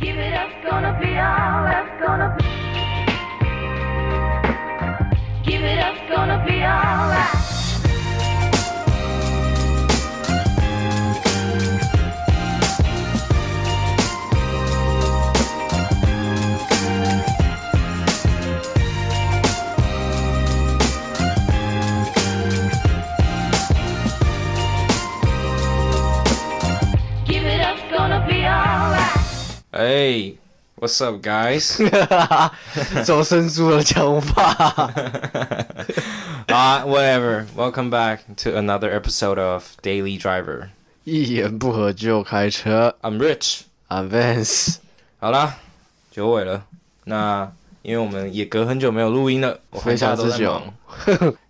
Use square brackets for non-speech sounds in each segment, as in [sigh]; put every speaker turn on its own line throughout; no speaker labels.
Give it up, gonna be all that's gonna be. Give it up, gonna be all that. Give it up, gonna be all that.
Hey, what's up, guys？ [laughs]
[laughs] 走生疏的讲法。
啊、whatever. Welcome back to another episode of Daily Driver.
一言不合就开车
I'm Rich.
，I'm Vance。
好啦，九尾了。那因为我们也隔很久没有录音了，我
非常
寒假都
之
在
久
忙。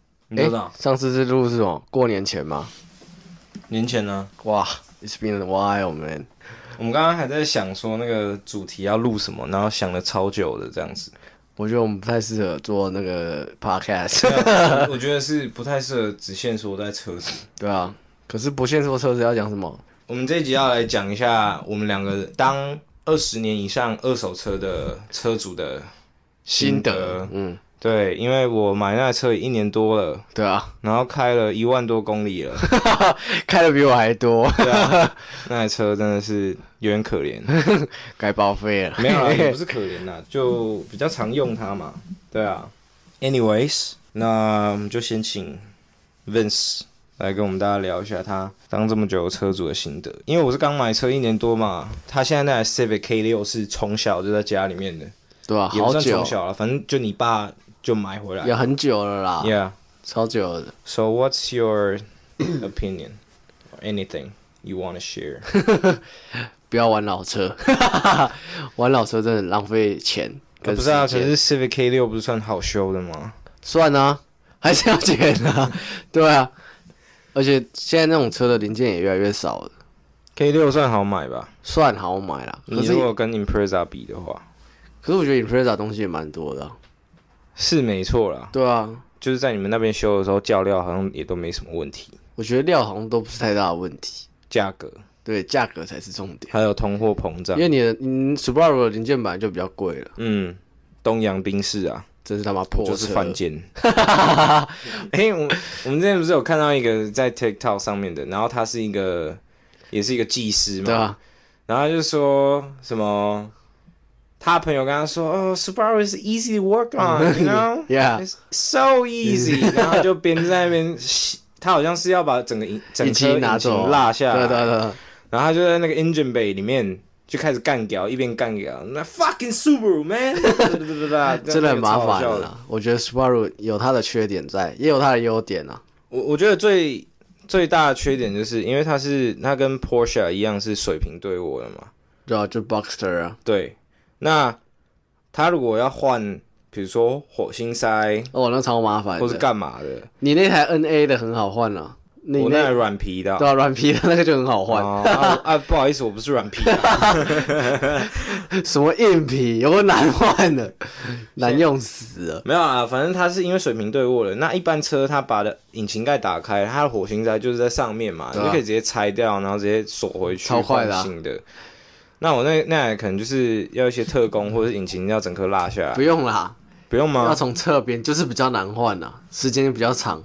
[laughs] 你
哎
知道，
上次是录是什么？过年前吗？
年前呢，
哇，It's been a while, man。
我们刚刚还在想说那个主题要录什么，然后想了超久的这样
[laughs]
子。
我觉得我们不太适合做那个 podcast。
那我觉得是不太适合只限说在车子。
[laughs] 对啊，可是不限说车子要讲什么？
我们这一集要来讲一下我们两个当二十年以上二手车的车主的
心
心
得
得。
嗯，
对，因为我买那台车一年多了，
对啊， [laughs]
然后开了一万多公里 [laughs] 了，
开的比我还多，
对啊，那台车真的是有点可怜，
[laughs] 该报废了。
[laughs] 没有啊啦，也不是可怜啦，就比较常用它嘛，对啊。Anyways，那我们就先请 Vince 来跟我们大家聊一下他当这么久的车主的心得，因为我是刚买车一年多嘛，他现在那台 Civic K 六是从小就在家里面的，
[laughs] 对啊，
也不
好
算
久
从，小了，反正就你爸就买回来
也很久了啦
，Yeah。
超久了。
So, what's your opinion or anything you want to
[laughs]
share?
不要玩老车， [laughs] 玩老车真的很浪费钱
啊
跟
不
时
是
间。
啊，可是 Civic K 六不是算好修的吗？
算啊，还是要钱啊， [laughs] 对啊。而且现在那种车的零件也越来越少了，
k 六算好买吧？
算好买啦。可
你
是
如果跟 Impreza 比的话，
可是我觉得 Impreza 东西也蛮多的啊、
是没错啦。
对啊，
就是在你们那边修的时候，教料好像也都没什么问题，
我觉得料好像都不是太大的问题，
价格
对，价格才是重点。
还有通货膨胀
因。为你的你 Subaru 的零件本来就比较贵了，
嗯，东洋兵士啊，
真是他妈破车。
就是犯贱。
[laughs]
哎、我我们之前不是有看到一个在 TikTok 上面的，然后他是一个，也是一个技师嘛，
对啊，
然后他就说什么，他朋友跟他说，哦，Subaru is easy to work
[laughs]
on，you know，
，Yeah，
it's so easy，然
[laughs]
后就边在那边吸，他好像是要把整个引整
引
车
擎拿走啊，
落下来，
对对啊对，
然后他就在那个 engine bay 里面。就开始干掉，一边干掉，那 fucking Subaru man， [laughs]
真
真
的很麻烦啊
了。
啦。我觉得 Subaru 有它的缺点在，也有它的优点啊。
我我觉得最最大的缺点就是因为它是它跟 Porsche 一样是水平对卧的嘛，
对啊，就 Boxster 啊。
对。那它如果要换，比如说火星塞
哦，那超麻烦的。
或是干嘛的，
你那台 NA 的很好换啊，你
我那台
那
软皮的啊。
对啊，软皮的那个就很好换，
哦啊啊！不好意思，我不是软
[laughs]
皮啊。
什么硬皮有个难
[laughs]
换的，难用死了。
没有啊，反正它是因为水平对卧的。那一般车它把的引擎盖打开，它的火星塞就是在上面嘛，
对啊
你就可以直接拆掉，然后直接锁回去，
超快的啊
换新的。那我那那台可能就是要一些特工，或者是引擎要整颗落下来
不，用啦，
不用吗
要？从侧边就是比较难换啊，时间比较长，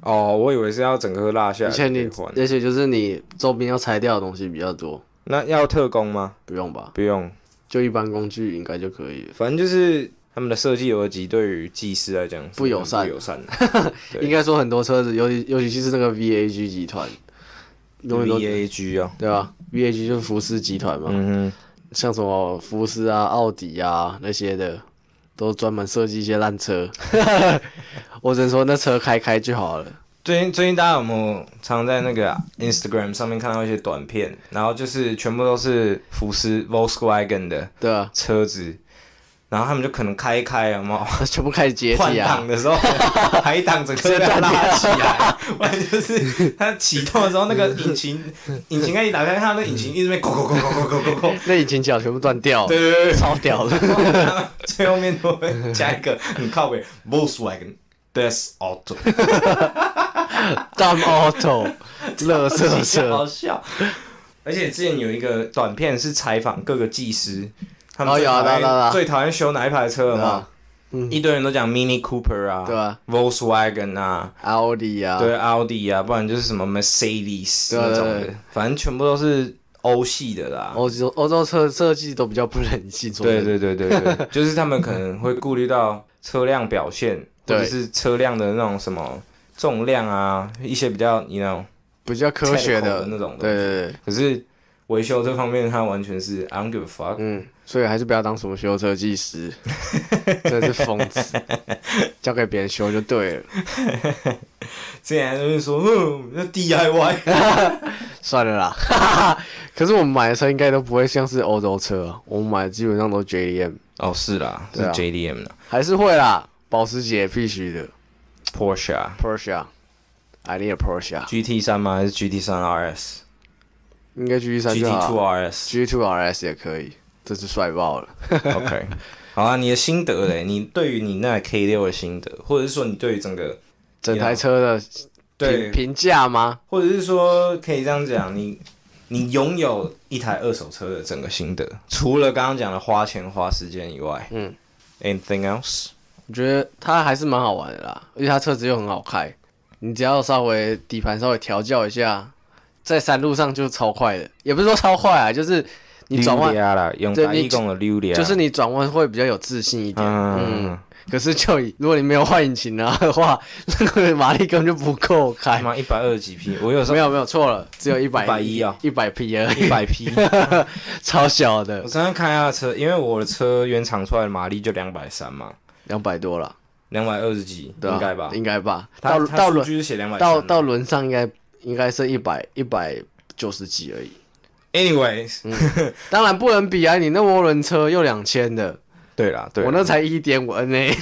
哦，我以为是要整颗落下来
而
啊才
且
可
你
以换。
而且就是你周边要拆掉的东西比较多，
那要特工吗？
不用吧？
不用，
就一般工具应该就可以了，
反正就是他们的设计逻辑对于技师来讲是
不友善
很不友善的。对
应该说很多车子，尤其尤其是那个 VAG 集团， [laughs] 永远都
VAG 哦，
对吧？VAG 就是福斯集团嘛，
嗯哼，
像什么福斯啊、奥迪啊那些的，都专门设计一些烂
[laughs]
车。我只能说那车开开就好了。
最近最近大家有没有常在那个 Instagram 上面看到一些短片，然后就是全部都是福斯 Volkswagen 的
对啊，
车子，然后他们就可能开一开有没有？
那全部开始解
换
体啊
挡！的时候， [laughs] 排档整个被它拉起
[laughs]
来，不然就是它启动的时候，那个引擎引擎盖一打开，它那引擎一直在咕咕咕咕咕咕咕咕，
那引擎角全部断掉，
对对对，
超屌的。
[laughs] 最后面都会加一个很靠北 [laughs] Volkswagen Best Auto， [laughs]
Dumb Auto，乐色
好
车，
笑。 [laughs] 而且之前有一个短片是采访各个技师，他们
哦
最
有啊
讨厌、
对啊对啊
最讨厌修哪一排车了嘛、
啊嗯
一堆人都讲 Mini Cooper 啊，
对啊
v o l k s w a g e n 啊，
奥迪啊，
对，奥迪啊，不然就是什么 Mercedes
对啊
那种
对
的
对，
反正全部都是欧系的啦。
欧洲欧洲车设计都比较不人性，说
对
真的
对对对 [laughs] 对，就是他们可能会顾虑到车辆表现，或
对
者是车辆的那种什么重量啊，一些比较你 know。
比较科学
technical
的
的那种东西
对对对，
可是维修这方面，他完全是 I don't give a fuck。 [laughs]
嗯，所以还是不要当什么修车技 [laughs] 师，真的是疯子，交给别人修就对了。
之前还在那边说， [laughs] 嗯，要 DIY，
算了啦， [laughs] 可是我们买的车应该都不会像是欧洲车、啊，我们买的基本上都 JDM，
哦，是啦，是
对啊
JDM 啦
还是会啦，保时捷必须的
Porsche 啊
，Porsche，I need a Porsche，啊
，GT 三吗？还是 GT 三 RS？
应该 GT 三
GT
就
2
好
RS。
，GT Two RS 也可以，这是帅爆了。
OK，好啊，你的心得嘞？你对于你那 K 六的心得，或者是说你对于整个
整台车的
对
评，评价吗？
或者是说可以这样讲，你你拥有一台二手车的整个心得，除了刚刚讲的花钱花时间以外，
嗯
，anything else？
我觉得它还是蛮好玩的啦，而且它车子又很好开，你只要稍微底盘稍微调教一下，在山路上就超快的，也不是说超快啊，就是你转
溜
弯，
达啦，用
对
大
你
义工的溜达，
就是你转弯会比较有自信一点。
啊嗯
嗯，可是就以如果你没有换引擎啊的话， [laughs] 那个马力根本就不够
他
开。
哎妈一百二十几匹，我有时候
没有没有错了，只有一百
110啊
一百 P 而
一
已，
百匹。
[laughs] 超小
我
的，
刚刚开他的车，因为我的车原厂出来的马力就两百三嘛，
两百多了，
两百二十几
对啊
应该吧？
应该吧。
他
到
他
到
数
轮
据是写两百
到到轮上应该应该是一百一百九十几而已。
，anyways，
嗯当然不能比啊！你那涡轮车又两千的，
对啦，对啦，啊
我那才一点五欸 NA。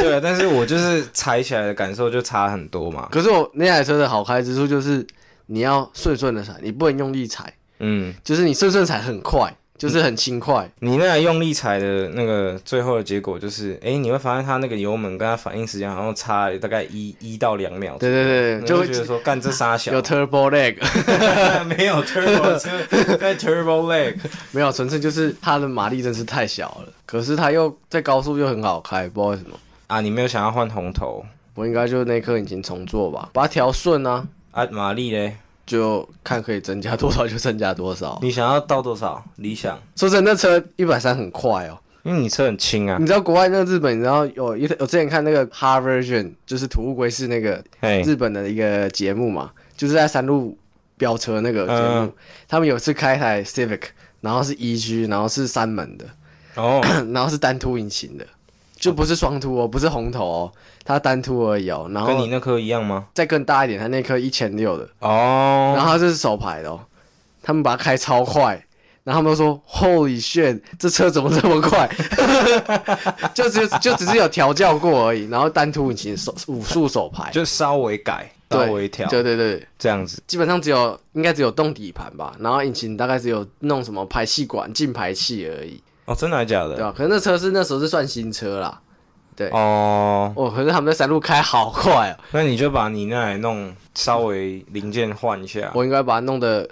对啊，但是我就是踩起来的感受就差很多嘛。
[laughs] 可是我那台车的好开之处就是，你要顺顺的踩，你不能用力踩，
嗯，
就是你顺顺踩很快，就是很轻快。
你那台用力踩的那个最后的结果就是，哎、你会发现它那个油门跟它反应时间好像差了大概一一到两秒。
对对对，
嗯你就会
会
觉得说干
[laughs]
这傻小， [laughs]
有 turbo lag， [laughs]
没有 turbo 车在 turbo leg，
没有，纯粹就是它的马力真是太小了。可是它又在高速又很好开，不知道为什么。
[laughs] 啊，你没有想要换红头
我应该就那颗引擎重做吧，把它调顺啊，
啊？马力嘞？
就看可以增加多少就增加多少。
你想要到多少？理想？
说真的，那车一百三很快哦。
因为你车很轻啊
你。知道国外那个日本，你知道有一我之前看那个 Car Version，就是土乌龟是那个
嘿，
日本的一个节目嘛，就是在山路飙车那个节目。
嗯
他们有次开台 Civic，然后是 EG，然后是三门的， [laughs]
哦，
然后是单凸引擎的，就不是双凸哦，不是红头哦，它单凸而已哦。然
跟你
后
那颗一样吗？
再更大一点，它那颗一千六的，然
哦，
后它这是手排的哦，他们把它开超快，然后他们都说 Holy shit，这车怎么这么快？ [laughs] 就只就只是有调教过而已，然后单凸引擎手五速手排，
就稍微改，稍
对
微调，
对对对，
这样子。
基本上只有应该只有动底盘吧，然后引擎大概只有弄什么排气管进排气而已，
哦，真的还假的？
对吧、可是那车是那时候是算新车啦，对。
哦，
哦，可是他们在山路开好快哦，
那你就把你那台弄稍微零件换一下。
我应该把它弄得，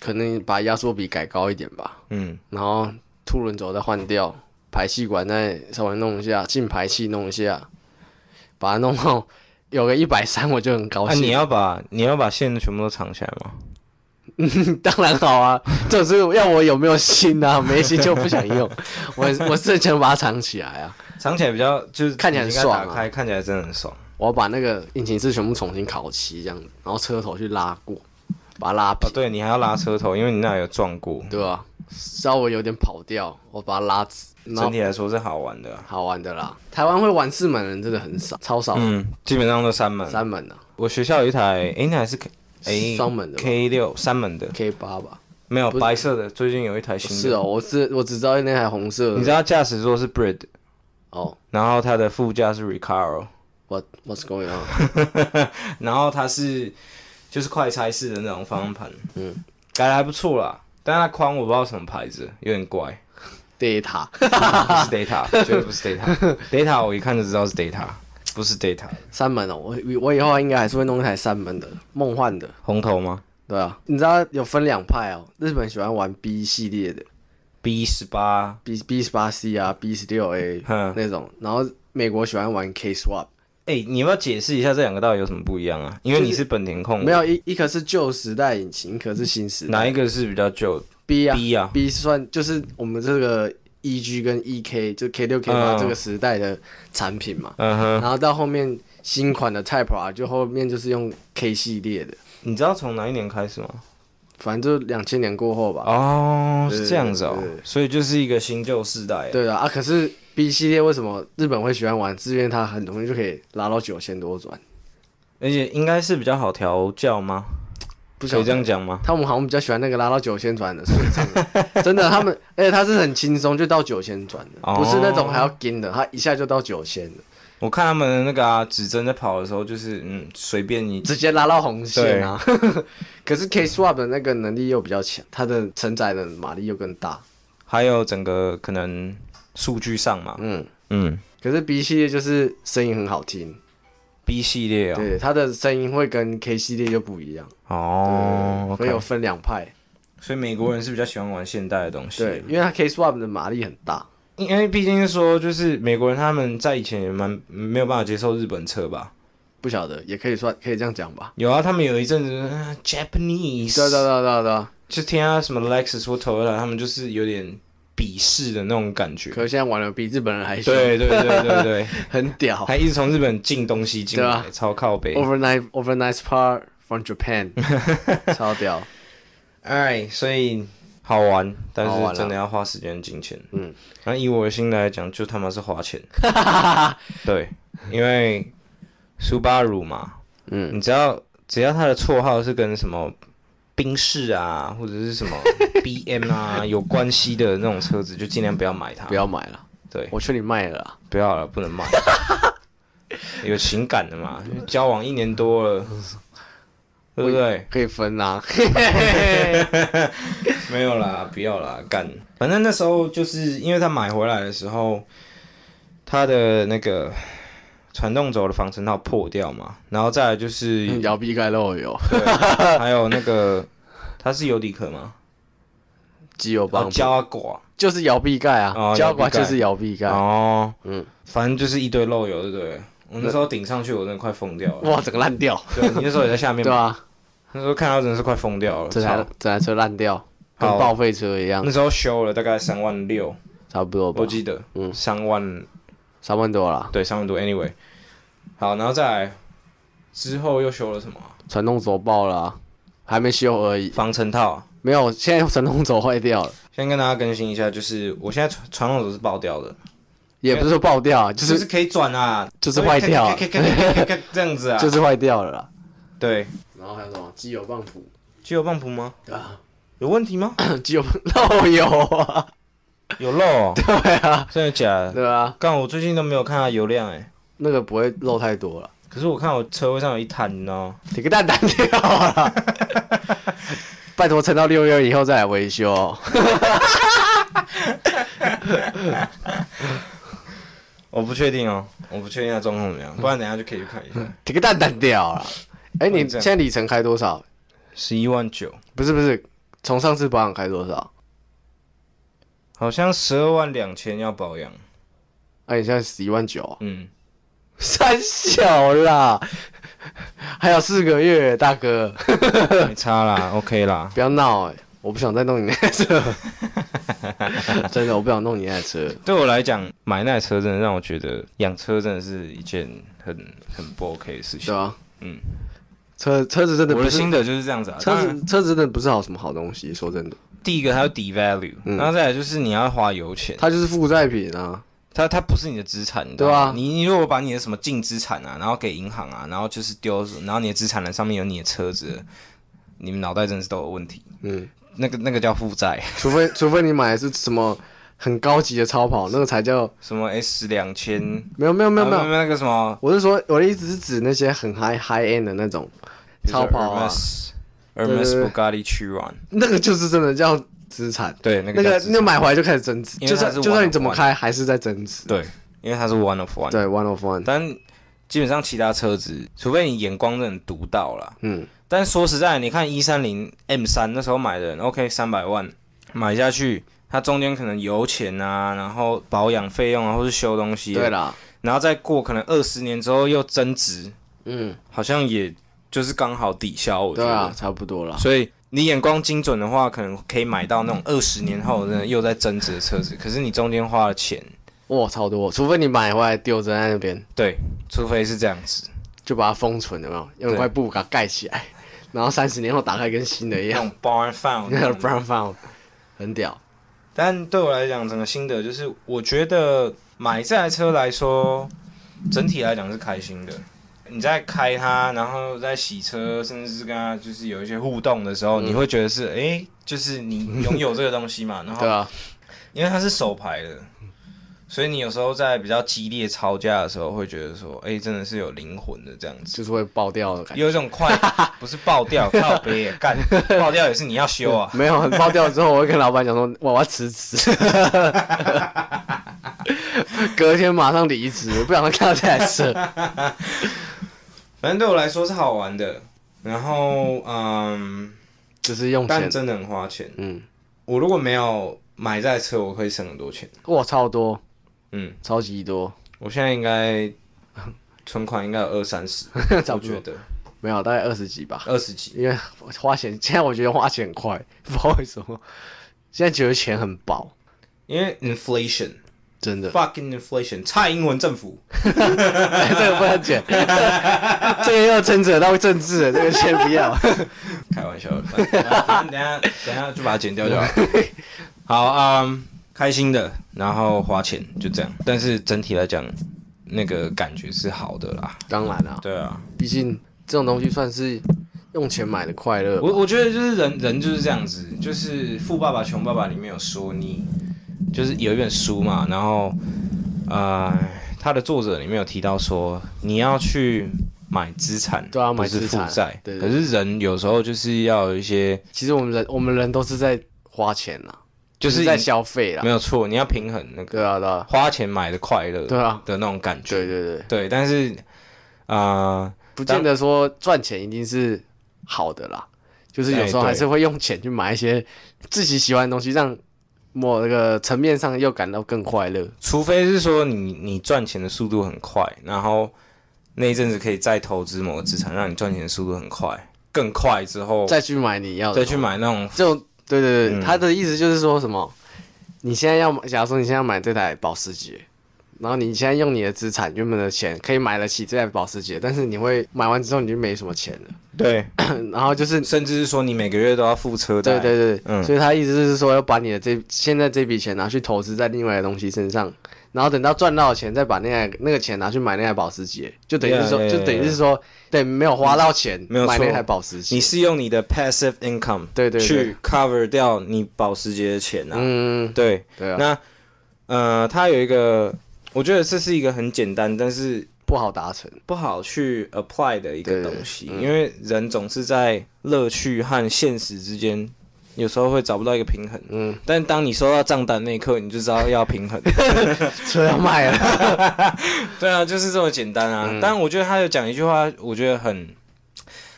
可能把压缩比改高一点吧。
嗯，
然后凸轮轴再换掉，排气管再稍微弄一下，进排气弄一下，把它弄好，有个一百三我就很高
那、
兴。
啊你要把你要把线全部都藏起来吗？
[laughs] 当然好啊，这是要我有没有心啊？没心就不想
[laughs]
用，我我是想把它藏起来啊。
藏起来比较就是
看起来很爽啊
打开看起来真的很爽。
我要把那个引擎室全部重新烤漆，这样子，然后车头去拉过，把它拉
哦
平，，
对你还要拉车头，因为你那有撞过。
对吧、稍微有点跑掉，我把它拉直，然
整
后
体来说是好玩的啊、
好玩的啦。台湾会玩四门的人真的很少，超少，
嗯，基本上都三门。
哦三门的、啊、
我学校有一台，诶，那还是 K，诶，
双门的吧
K 六三门的，
K 八吧。
没有
不是
白色的。最近有一台新的。
是哦，我只我只知道那台红色的。
你知道驾驶座是 Brid，
哦
然后它的副驾是 Recaro，
，What What's going on？
然后它是就是快拆式的那种方向盘，
嗯，
改的还不错啦。但它框我不知道什么牌子，有点
[laughs]
怪，
Data [laughs]
不是 Data，绝对不是 Data。Data 我一看就知道是 Data，不是 Data。
三门哦，我我以后应该还是会弄一台三门的，梦幻的，
红头吗？
对啊，你知道有分两派哦，日本喜欢玩 B 系列的
B 十八，
B B 十八 C 啊，B 十六 A
嗯
那种，然后美国喜欢玩 K Swap，
哎，你要不要解释一下这两个到底有什么不一样啊？因为你是本田控，
没有一一颗是旧时代引擎，一颗是新时代。
哪一个是比较旧
B 啊
B 啊
B 算就是我们这个 EG 跟 EK 就 K 六 K 八
嗯
这个时代的产品嘛，
嗯哼， [laughs]
然后到后面新款的 Type R 就后面就是用 K 系列的，
你知道从哪一年开始吗？
反正就两千年过后吧。
哦，
对
是这样子哦
对对，
所以就是一个新旧世代。
对的啊，可是 B 系列为什么日本会喜欢玩？是因为它很容易就可以拉到九千多转，
而且应该是比较好调教吗？
不
可
晓
以这
得。
样讲吗？
他们好像比较喜欢那个拉到九千转的顺
[laughs]
畅，真的，他们而且它是很轻松就到九千转的，
哦
不是那种还要跟的，它一下就到九千了，
我看他们的那个啊，指针在跑的时候，就是嗯，随便你
直接拉到红线啊。 [laughs] 可是 K Swap 的那个能力又比较强，它的承载的马力又更大，
还有整个可能数据上嘛，
嗯。
嗯
可是 B 系列就是声音很好听，
，B 系列哦，
对，它的声音会跟 K 系列就不一样，
哦
所以有
OK
分两派。
所以美国人是比较喜欢玩现代的东西，
对，，因为它 K swap 的马力很大，
因因为毕竟说就是美国人他们在以前也蛮没有办法接受日本车吧，
不晓得也可以算可以这样讲吧。
有啊，他们有一阵子、啊 Japanese，
对啊对啊对啊对啊对啊，
就听他什么 Lexus 或 Toyota，他们就是有点鄙视的那种感觉，
可是现在玩的比日本人还凶，
对对对对
[laughs]
对，
很屌。
还一直从日本进东西进来，
对啊
超靠北。
Overnight overnight part
[laughs]
from Japan，超屌。
哎，所以好玩，但
好玩
是
啊
真的要花时间金钱。
嗯，
那以我的心来讲，就他妈是花钱。对，因为苏巴鲁嘛，
嗯，
你只要只要他的绰号是跟什么宾士啊，或者是什么 [laughs] BM 啊有关系的那种车子，就尽量不要买它。
不要买了，
对，
我劝你卖了啦。
不要了，不
[laughs]
能买。有情感的嘛，交往一年多了，对不对？
可以分啊。
没有啦，不要啦，干。反正那时候就是因为他买回来的时候，他的那个传动轴的防尘套破掉嘛，然后再来就是、
[laughs] 摇臂盖漏油，
对，还有那个它是油底壳吗？
机油
哦，
泵
胶管
就是摇臂盖啊，
哦
胶
摇
管
臂盖
就是摇臂盖。
哦，
嗯
嗯，反正就是一堆漏油，对不对？我那时候顶上去，我真的快疯掉了。
哇，整个烂掉，
对，你那时候也在下面
对
嘛，
啊，
那时候看到真的是快疯掉了。
这台
操
这台车烂掉，跟
好
报废车一样
那，时候修了大概三万六，
差不多吧
我，记得，
嗯
嗯，三万
三万多啦。
对，三万多。Anyway，好，然后再来之后又修了什么啊、
传动轴爆了、啊，还没修而已。
防尘套啊。
没有，现在传动轴坏掉了，
先跟大家更新一下，就是我现在传传动轴是爆掉的，
也不是说爆掉啊，就
就是
是
可以转啊，
就是坏掉啊
咔咔咔咔咔咔咔这样子啊，
[laughs] 就是坏掉了啦。
对，
然后还有什么机油泵浦
机油泵浦吗？
啊，
有问题
[coughs]
吗？
机油泵漏油啊，
有漏、哦，
对啊，
真的假的？
对啊，
干，我最近都没有看它油量哎、
那个不会漏太多了，
可是我看我车位上有一摊，你知道吗？
你个蛋蛋掉了。拜托，撑到六月以后再来维修哦。
我不确定哦，我不确定它状况怎么样，不然等一下就可以去看一
[laughs]
下。
你个蛋蛋掉了。哎、你
不能这
现
样
在里程开多少？
十一万九，
不是不是，从上次保养开多少？
好像十二万两千要保养，
哎、你现在十一万九、
[laughs] 嗯，
[laughs] 三小啦，还有四个月，大哥，
没差啦，OK 啦。
不要闹哎、我不想再弄你那
[laughs]
台车，真的，我不想弄你那台车。
对我来讲，买那台车真的让我觉得养车真的是一件很很不 OK 的事
对
情。
啊，
嗯，
车车子真的
我
不
的
是
心得就是这样子啊。
车
当
子
然，
车子真的不是好什么好东西，说真的，
第一个它要 devalue，、
嗯
然后再来就是你要花油钱，
它就是负债品啊。
它它不是你的资产，你知
对
道吗
啊
你你如果把你的什么净资产啊，然后给银行啊，然后就是丢，然后你的资产栏上面有你的车子，你们脑袋真的是都有问题。
嗯，
那个那个叫负债，
除非 [laughs] 除非你买的是什么很高级的超跑，那个才叫
什么 S 两千，没
没有没有没有没有，
啊没有那个什么
我是说我的意思是指那些很 high high end 的那种超跑啊，
Hermes
对对
Bugatti Chiron，
那个就是真的叫资产。
对，那个
那
叫
个
资产
那买回来就开始增值，
因为
就
它
算
是
就算你怎么
one of one
开还是在增值。
对，因为它是 one of one，
对，one of one，
但基本上其他车子，除非你眼光真的很独到啦，
嗯，
但说实在，你看一三零 M 三那时候买的，OK，三百万买下去，它中间可能油钱啊，然后保养费用啊，或是修东西，
对，啦，
然后再过可能二十年之后又增值，
嗯，
好像也就是刚好抵消，我觉
对
得。
啊，差不多啦。
所以你眼光精准的话，可能可以买到那种二十年后真的又在增值的车子，可是你中间花了钱，
哇，超多，除非你买回来丢着在那边，
对，除非是这样子，
就把它封存，有没有？用一块布把它盖起来，然后三十年后打开跟新的一
那
样。
种 barn
[laughs]
found 那种
brown found 很屌，
但对我来讲，整个心得就是，我觉得买这台车来说，整体来讲是开心的。你在开它，然后在洗车，甚至是跟它就是有一些互动的时
嗯
候，你会觉得是，哎、就是你拥有这个东西嘛。然
[laughs] 对
后，
啊，
因为它是手牌的，所以你有时候在比较激烈吵架的时候，会觉得说，哎、真的是有灵魂的这样子。
就是会爆掉的感觉。
有一种
[laughs]
快不是爆掉，靠北也干爆掉也是你要修啊，
没有，爆掉之后，我会跟老板讲说，我我要辞职， [laughs] 隔天马上离职，我不想再看到这台车。
反正对我来说是好玩的。然后，嗯，
就是用
但
钱，
真的很花钱。
嗯，
我如果没有买这台车，我可以省很多钱。
哇，超多，
嗯，
超级多，
我现在应该存款应该有二三十，
[laughs] 差
我
不多
觉得
没有，大概二十几吧。
二十几。
因为花钱，现在我觉得花钱很快，不知道为什么，现在觉得钱很薄，
因为 inflation，fucking
真的。
inflation，蔡英文政府，
[laughs] 这个不能剪， [laughs] 这个又牵扯到政治了，这个先不要。 [laughs]
开玩笑的，反正反正等一下等一下就把它剪掉就好了。好啊、嗯开心的，然后花钱就这样，但是整体来讲，那个感觉是好的啦。
当然啦、
对啊，
毕竟这种东西算是用钱买的快乐吧。
[laughs] 我我觉得就是人人就是这样子，就是《富爸爸穷爸爸》里面有说你，就是有一本书嘛，然后呃，它的作者里面有提到说你要去买资产，
对啊
不
买
是
资
负
产
债。
对对
可是人有时候就是要有一些，
其实我们人我们人都是在花钱啦，
就是
在消费
没
啦。
有错，你要平衡那个
对啊，对啊，
花钱买的快乐，
对啊
的那种感觉。
对对对，
对但是啊、呃
不见得说赚钱一定是好的啦，就是有时候
哎对
还是会用钱去买一些自己喜欢的东西，让某那个层面上又感到更快乐。
除非是说你你赚钱的速度很快，然后那一阵子可以再投资某个资产，让你赚钱的速度很快，更快之后
再去买你要的，
再去。买那种
这种对对对，
嗯
他的意思就是说什么？你现在要买，假如说你现在要买这台保时捷，然后你现在用你的资产原本的钱可以买得起这台保时捷，但是你会买完之后你就没什么钱了， [coughs]
对，
然后就是
甚至是说你每个月都要付车贷，
对对对，
嗯
所以他意思就是说要把你的这现在这笔钱拿去投资在另外的东西身上，然后等到赚到的钱再把那台那个钱拿去买那台保时捷，就等于是说
Yeah, yeah,
就等于
yeah.
是说对没有花到钱
没有
买那
错
台保时捷，
你是用你的 passive income
对对对
去 cover 掉你保时捷的钱啊，
嗯
对，
对啊，
那呃，它有一个，我觉得这是一个很简单，但是
不好达
[laughs]
成，
不好去 apply 的一个
对嗯
东西，因为人总是在乐趣和现实之间，有时候会找不到一个平衡。
嗯，
但当你收到账单那一刻，你就知道要平
[laughs]
衡。
车
啊
要卖了，
[laughs] 对啊，就是这么简单啊。
嗯
但我觉得他有讲一句话，我觉得很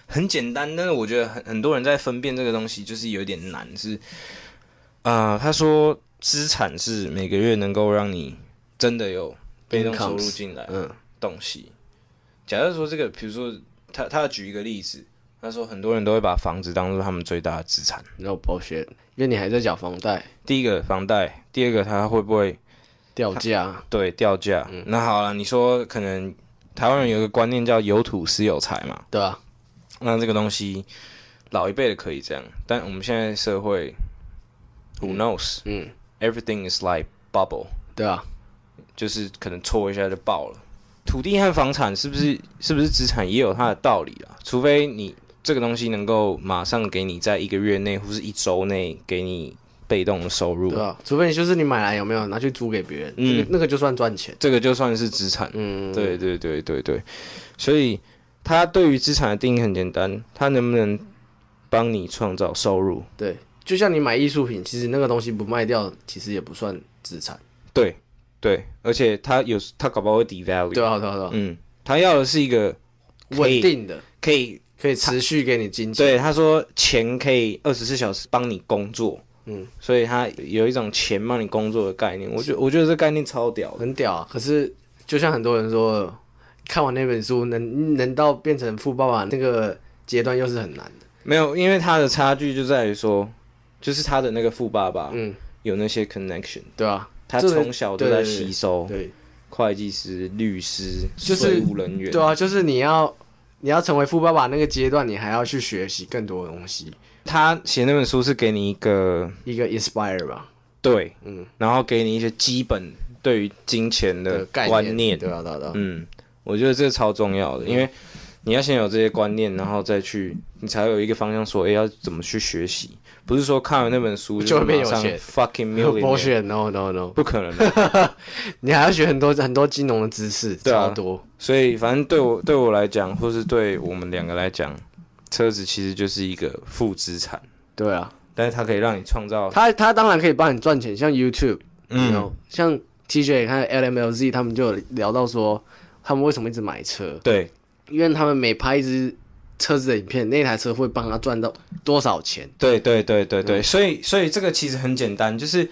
很简单，但是我觉得很很多人在分辨这个东西，就是有点难。是，啊、他说资产是每个月能够让你真的有被动收入
Incomes
进来，
嗯
东西。假设说这个，比如说他他举一个例子，他说很多人都会把房子当做他们最大的资产。
，no bullshit，因为你还在缴房贷
第一个房贷，第二个他会不会
掉价，
对掉价？那好了，你说可能台湾人有一个观念叫有土斯有财嘛，
对啊，
那这个东西老一辈的可以这样，但我们现在社会，who knows？
嗯，
everything is like bubble，
对啊，
就是可能戳一下就爆了。土地和房产是不是是不是资产也有它的道理啦？除非你这个东西能够马上给你在一个月内或是一周内给你被动的收入
对，啊，除非你就是你买来有没有拿去租给别人，
嗯
那个那个就算赚钱，
这个就算是资产。
嗯，
对对对对对，所以它对于资产的定义很简单，它能不能帮你创造收入？
对，就像你买艺术品，其实那个东西不卖掉，其实也不算资产。
对对，而且它有它搞不好会 devalue。
对啊，对啊，对啊，
嗯，它要的是一个可以
啊稳定的，
可以
可以持续给你经济。
对，他说钱可以二十四小时帮你工作，嗯，所以他有一种钱帮你工作的概念，我觉得我觉得这概念超屌的。
很屌啊！可是就像很多人说的，看完那本书能能到变成富爸爸那个阶段，又是很难的。
没有，因为他的差距就在于说，就是他的那个富爸爸，
嗯，
有那些 connection，
对啊，
他
这个
从小就在吸收
对
会计师、律师、
就是
税务人员，
对啊，就是你要你要成为富爸爸那个阶段，你还要去学习更多的东西，
他写那本书是给你一个
一个 inspire 吧
对，
嗯，
然后给你一些基本对于金钱的
的概
观
念，对啊，对啊，对啊，
嗯，我觉得这超重要
嗯
的，因为你要先有这些观念，然后再去，你才有一个方向说，哎、要怎么去学习，不是说看完那本书
就会变有
马上
钱
fucking
[laughs] 没有
million，
bullshit no no no，
不可能的。 [laughs]
你还要学很多很多金融的知识，
对啊
超多。
所以反正对我对我来讲，或是对我们两个来讲，车子其实就是一个负资产，
对啊，
但是它可以让你创造，
他他当然可以帮你赚钱，像 YouTube，嗯
嗯，
像 TJ 看 LMLZ 他们就有聊到说，他们为什么一直买车，
对，
因为他们每拍一只车子的影片，那台车会帮他赚到多少钱？
对对对对
嗯
对，所以所以这个其实很简单，就是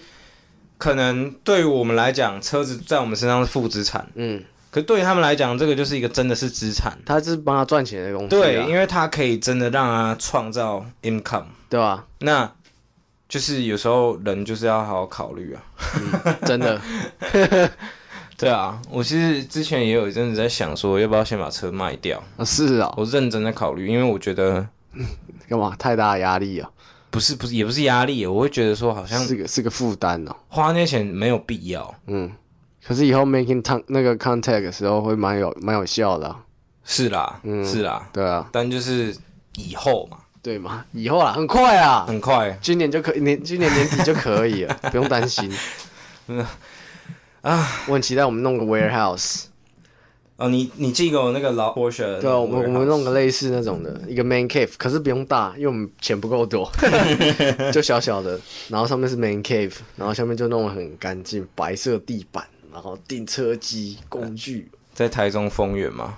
可能对于我们来讲，车子在我们身上是负资产，
嗯，
可对于他们来讲，这个就是一个真的是资产。
他是帮他赚钱的东西、啊，
对，因
为
为它可以真的让他创造 income，
对
[laughs]
吧、
那就是有时候人就是要好好考虑啊。
真的，
对啊，我其实之前也有一阵子在想说，要不要先把车卖掉。
啊是啊、
我认真的考虑，因为我觉得
干嘛太大的压力啊、
不是不是也不是压力，我会觉得说好像
是个是个负担哦。
花那些钱没有必要。
嗯，可是以后 making con 那个 contact 的时候会蛮有蛮有效的啊、
是啦，是啦，
对啊，
但就是以后嘛，
对嘛，以后啦，很快啊。
很快
今年就可年今年年底就可以
[laughs]
了，不用担心。啊，我很期待我们弄
[laughs]
个 warehouse，
哦，你你寄给我那个老 Porsche，的
对啊，我们我们弄
warehouse
个类似那种的一个 man cave，可是不用大，因为我们钱不够多， [laughs] 就小小的，然后上面是 man cave，然后下面就弄得很干净，白色地板，然后订车机、工具。
在台中丰原嘛，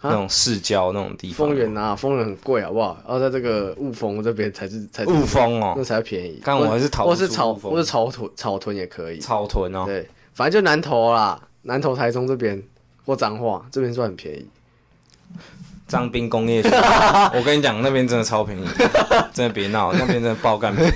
啊
那种市郊那种地方，
丰原啊，丰原很贵好不好？然啊后在这个雾峰这边才是才是
雾峰哦
那，才便宜。
干我还是逃不
或是
出
草，
雾峰
或是草屯草屯也可以。
草屯哦，
对，反正就南投啦，南投、台中这边或彰化这边算很便宜。
张滨工
[laughs]
业区，我跟你讲，那边真的超便宜，真的别闹，那边真的爆干便宜。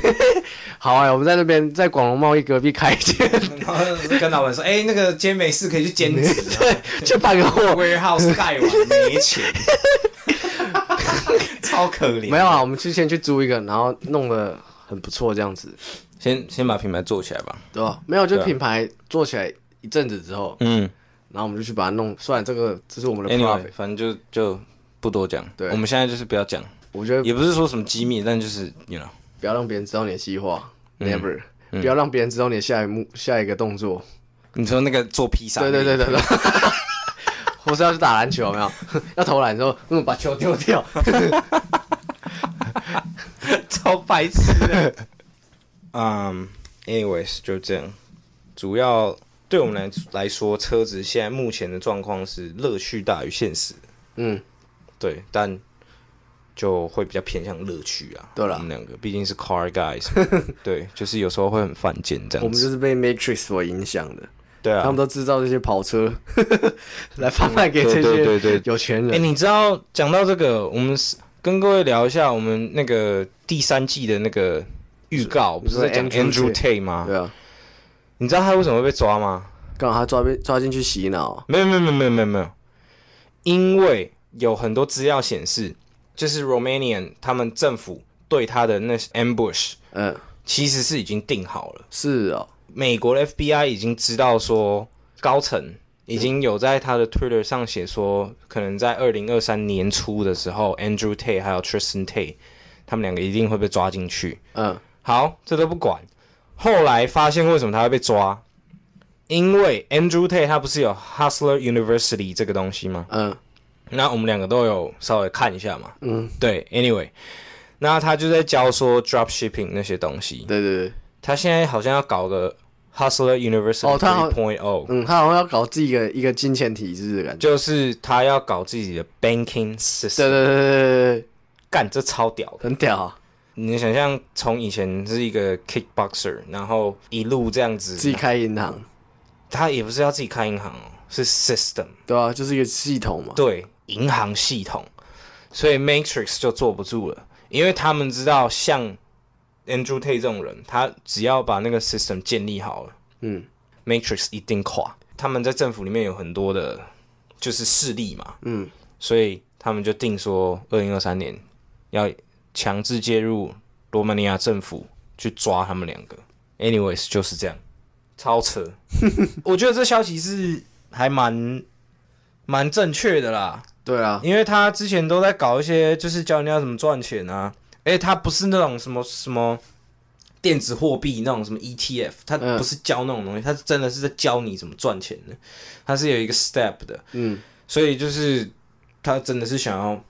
好哎、我们在那边在广隆贸易隔壁开店， [laughs]
然后跟老板说，哎、那个今天没事可以去兼职啊
去办个货。
，warehouse 盖完没
[laughs]
钱，超可怜。
没有啊，我们之前去租一个，然后弄得很不错这样子，
先先把品牌做起来吧。
对吧？没有，就
对啊
品牌做起来一阵子之后，
嗯
然后我们就去把它弄。算了，这个这是我们的 profit，、
，anyway，反正就就不多讲。
对
我们现在就是不要讲，
我觉得
也不是说什么机密，但就是 you know，
不要让别人知道你的计划、n
嗯
e v e r 不要让别人知道你的下一幕、下一个动作。
你说那个做披萨，
对对对对对。 [laughs] 我是要去打篮球，有没有？ [laughs] 要投篮的时候，嗯，把球丢掉。 [laughs]
[laughs] 超白痴欸的。 [laughs] 嗯、a n y w a y s 就这样。主要对我们来来说，车子现在目前的状况是乐趣大于现实，
嗯，
对，但就会比较偏向乐趣啊。
对啦
我们两个毕竟是 car
[laughs]
guys，对，就是有时候会很犯贱这
我
样
们
子。
就是被 Matrix 所影响的，
对
他
啊
们。都制造这些跑车 [laughs] 来贩卖给
对
这
对对
些
对
有钱
哎、
人。
你知道讲到这个，我们是跟各位聊一下我们那个第三季的那个预告，不
你
是
说
在讲
Andrew
Andrew Tate 吗？
对啊，
你知道他为什么会被抓吗？
刚好他抓被抓进去洗脑。
没有没有没有没有没有没有，因为有很多资料显示，就是 Romanian 他们政府对他的那些 ambush
嗯，
其实是已经定好了。
是哦，
美国的 FBI 已经知道说，高层已经有在他的 Twitter 上写说，可能在二零二三年初的时候，Andrew Tate 还有 Tristan Tate 他们两个一定会被抓进去。
嗯，
好，这都不管。后来发现为什么他会被抓，因为 Andrew Tate 他不是有 Hustler University 这个东西吗？
嗯，
那我们两个都有稍微看一下嘛。嗯，对。Anyway，那他就在教说 drop shipping 那些东西。
对对对，
他现在好像要搞个 Hustler University
哦他好
Point O，、
嗯，他好像要搞自己的一个金钱体制的感觉。
就是他要搞自己的 banking system，
对对对对对对，
干这超屌的。
很屌啊！
你想象从以前是一个 kickboxer，然后一路这样子，
自己开银行，
他也不是要自己开银行哦，是 system，
对啊，就是一个系统嘛。
对，啊银行系统，所以 Matrix 就坐不住了，因为他们知道像 Andrew Tate 这种人，他只要把那个 system 建立好了，
嗯
，Matrix 一定垮。他们在政府里面有很多的，就是势力嘛，
嗯，
所以他们就定说，二零二三年要强制介入罗马尼亚政府去抓他们两个。Anyways，就是这样，超
[laughs]
扯。我觉得这消息是还蛮蛮正确的啦，
对啊，
因为他之前都在搞一些，就是教人家怎么赚钱啊。哎，他不是那种什么什么电子货币那种什么 ETF，他
嗯
不是教那种东西，他真的是在教你怎么赚钱的，他是有一个 step 的。
嗯，
所以就是他真的是想要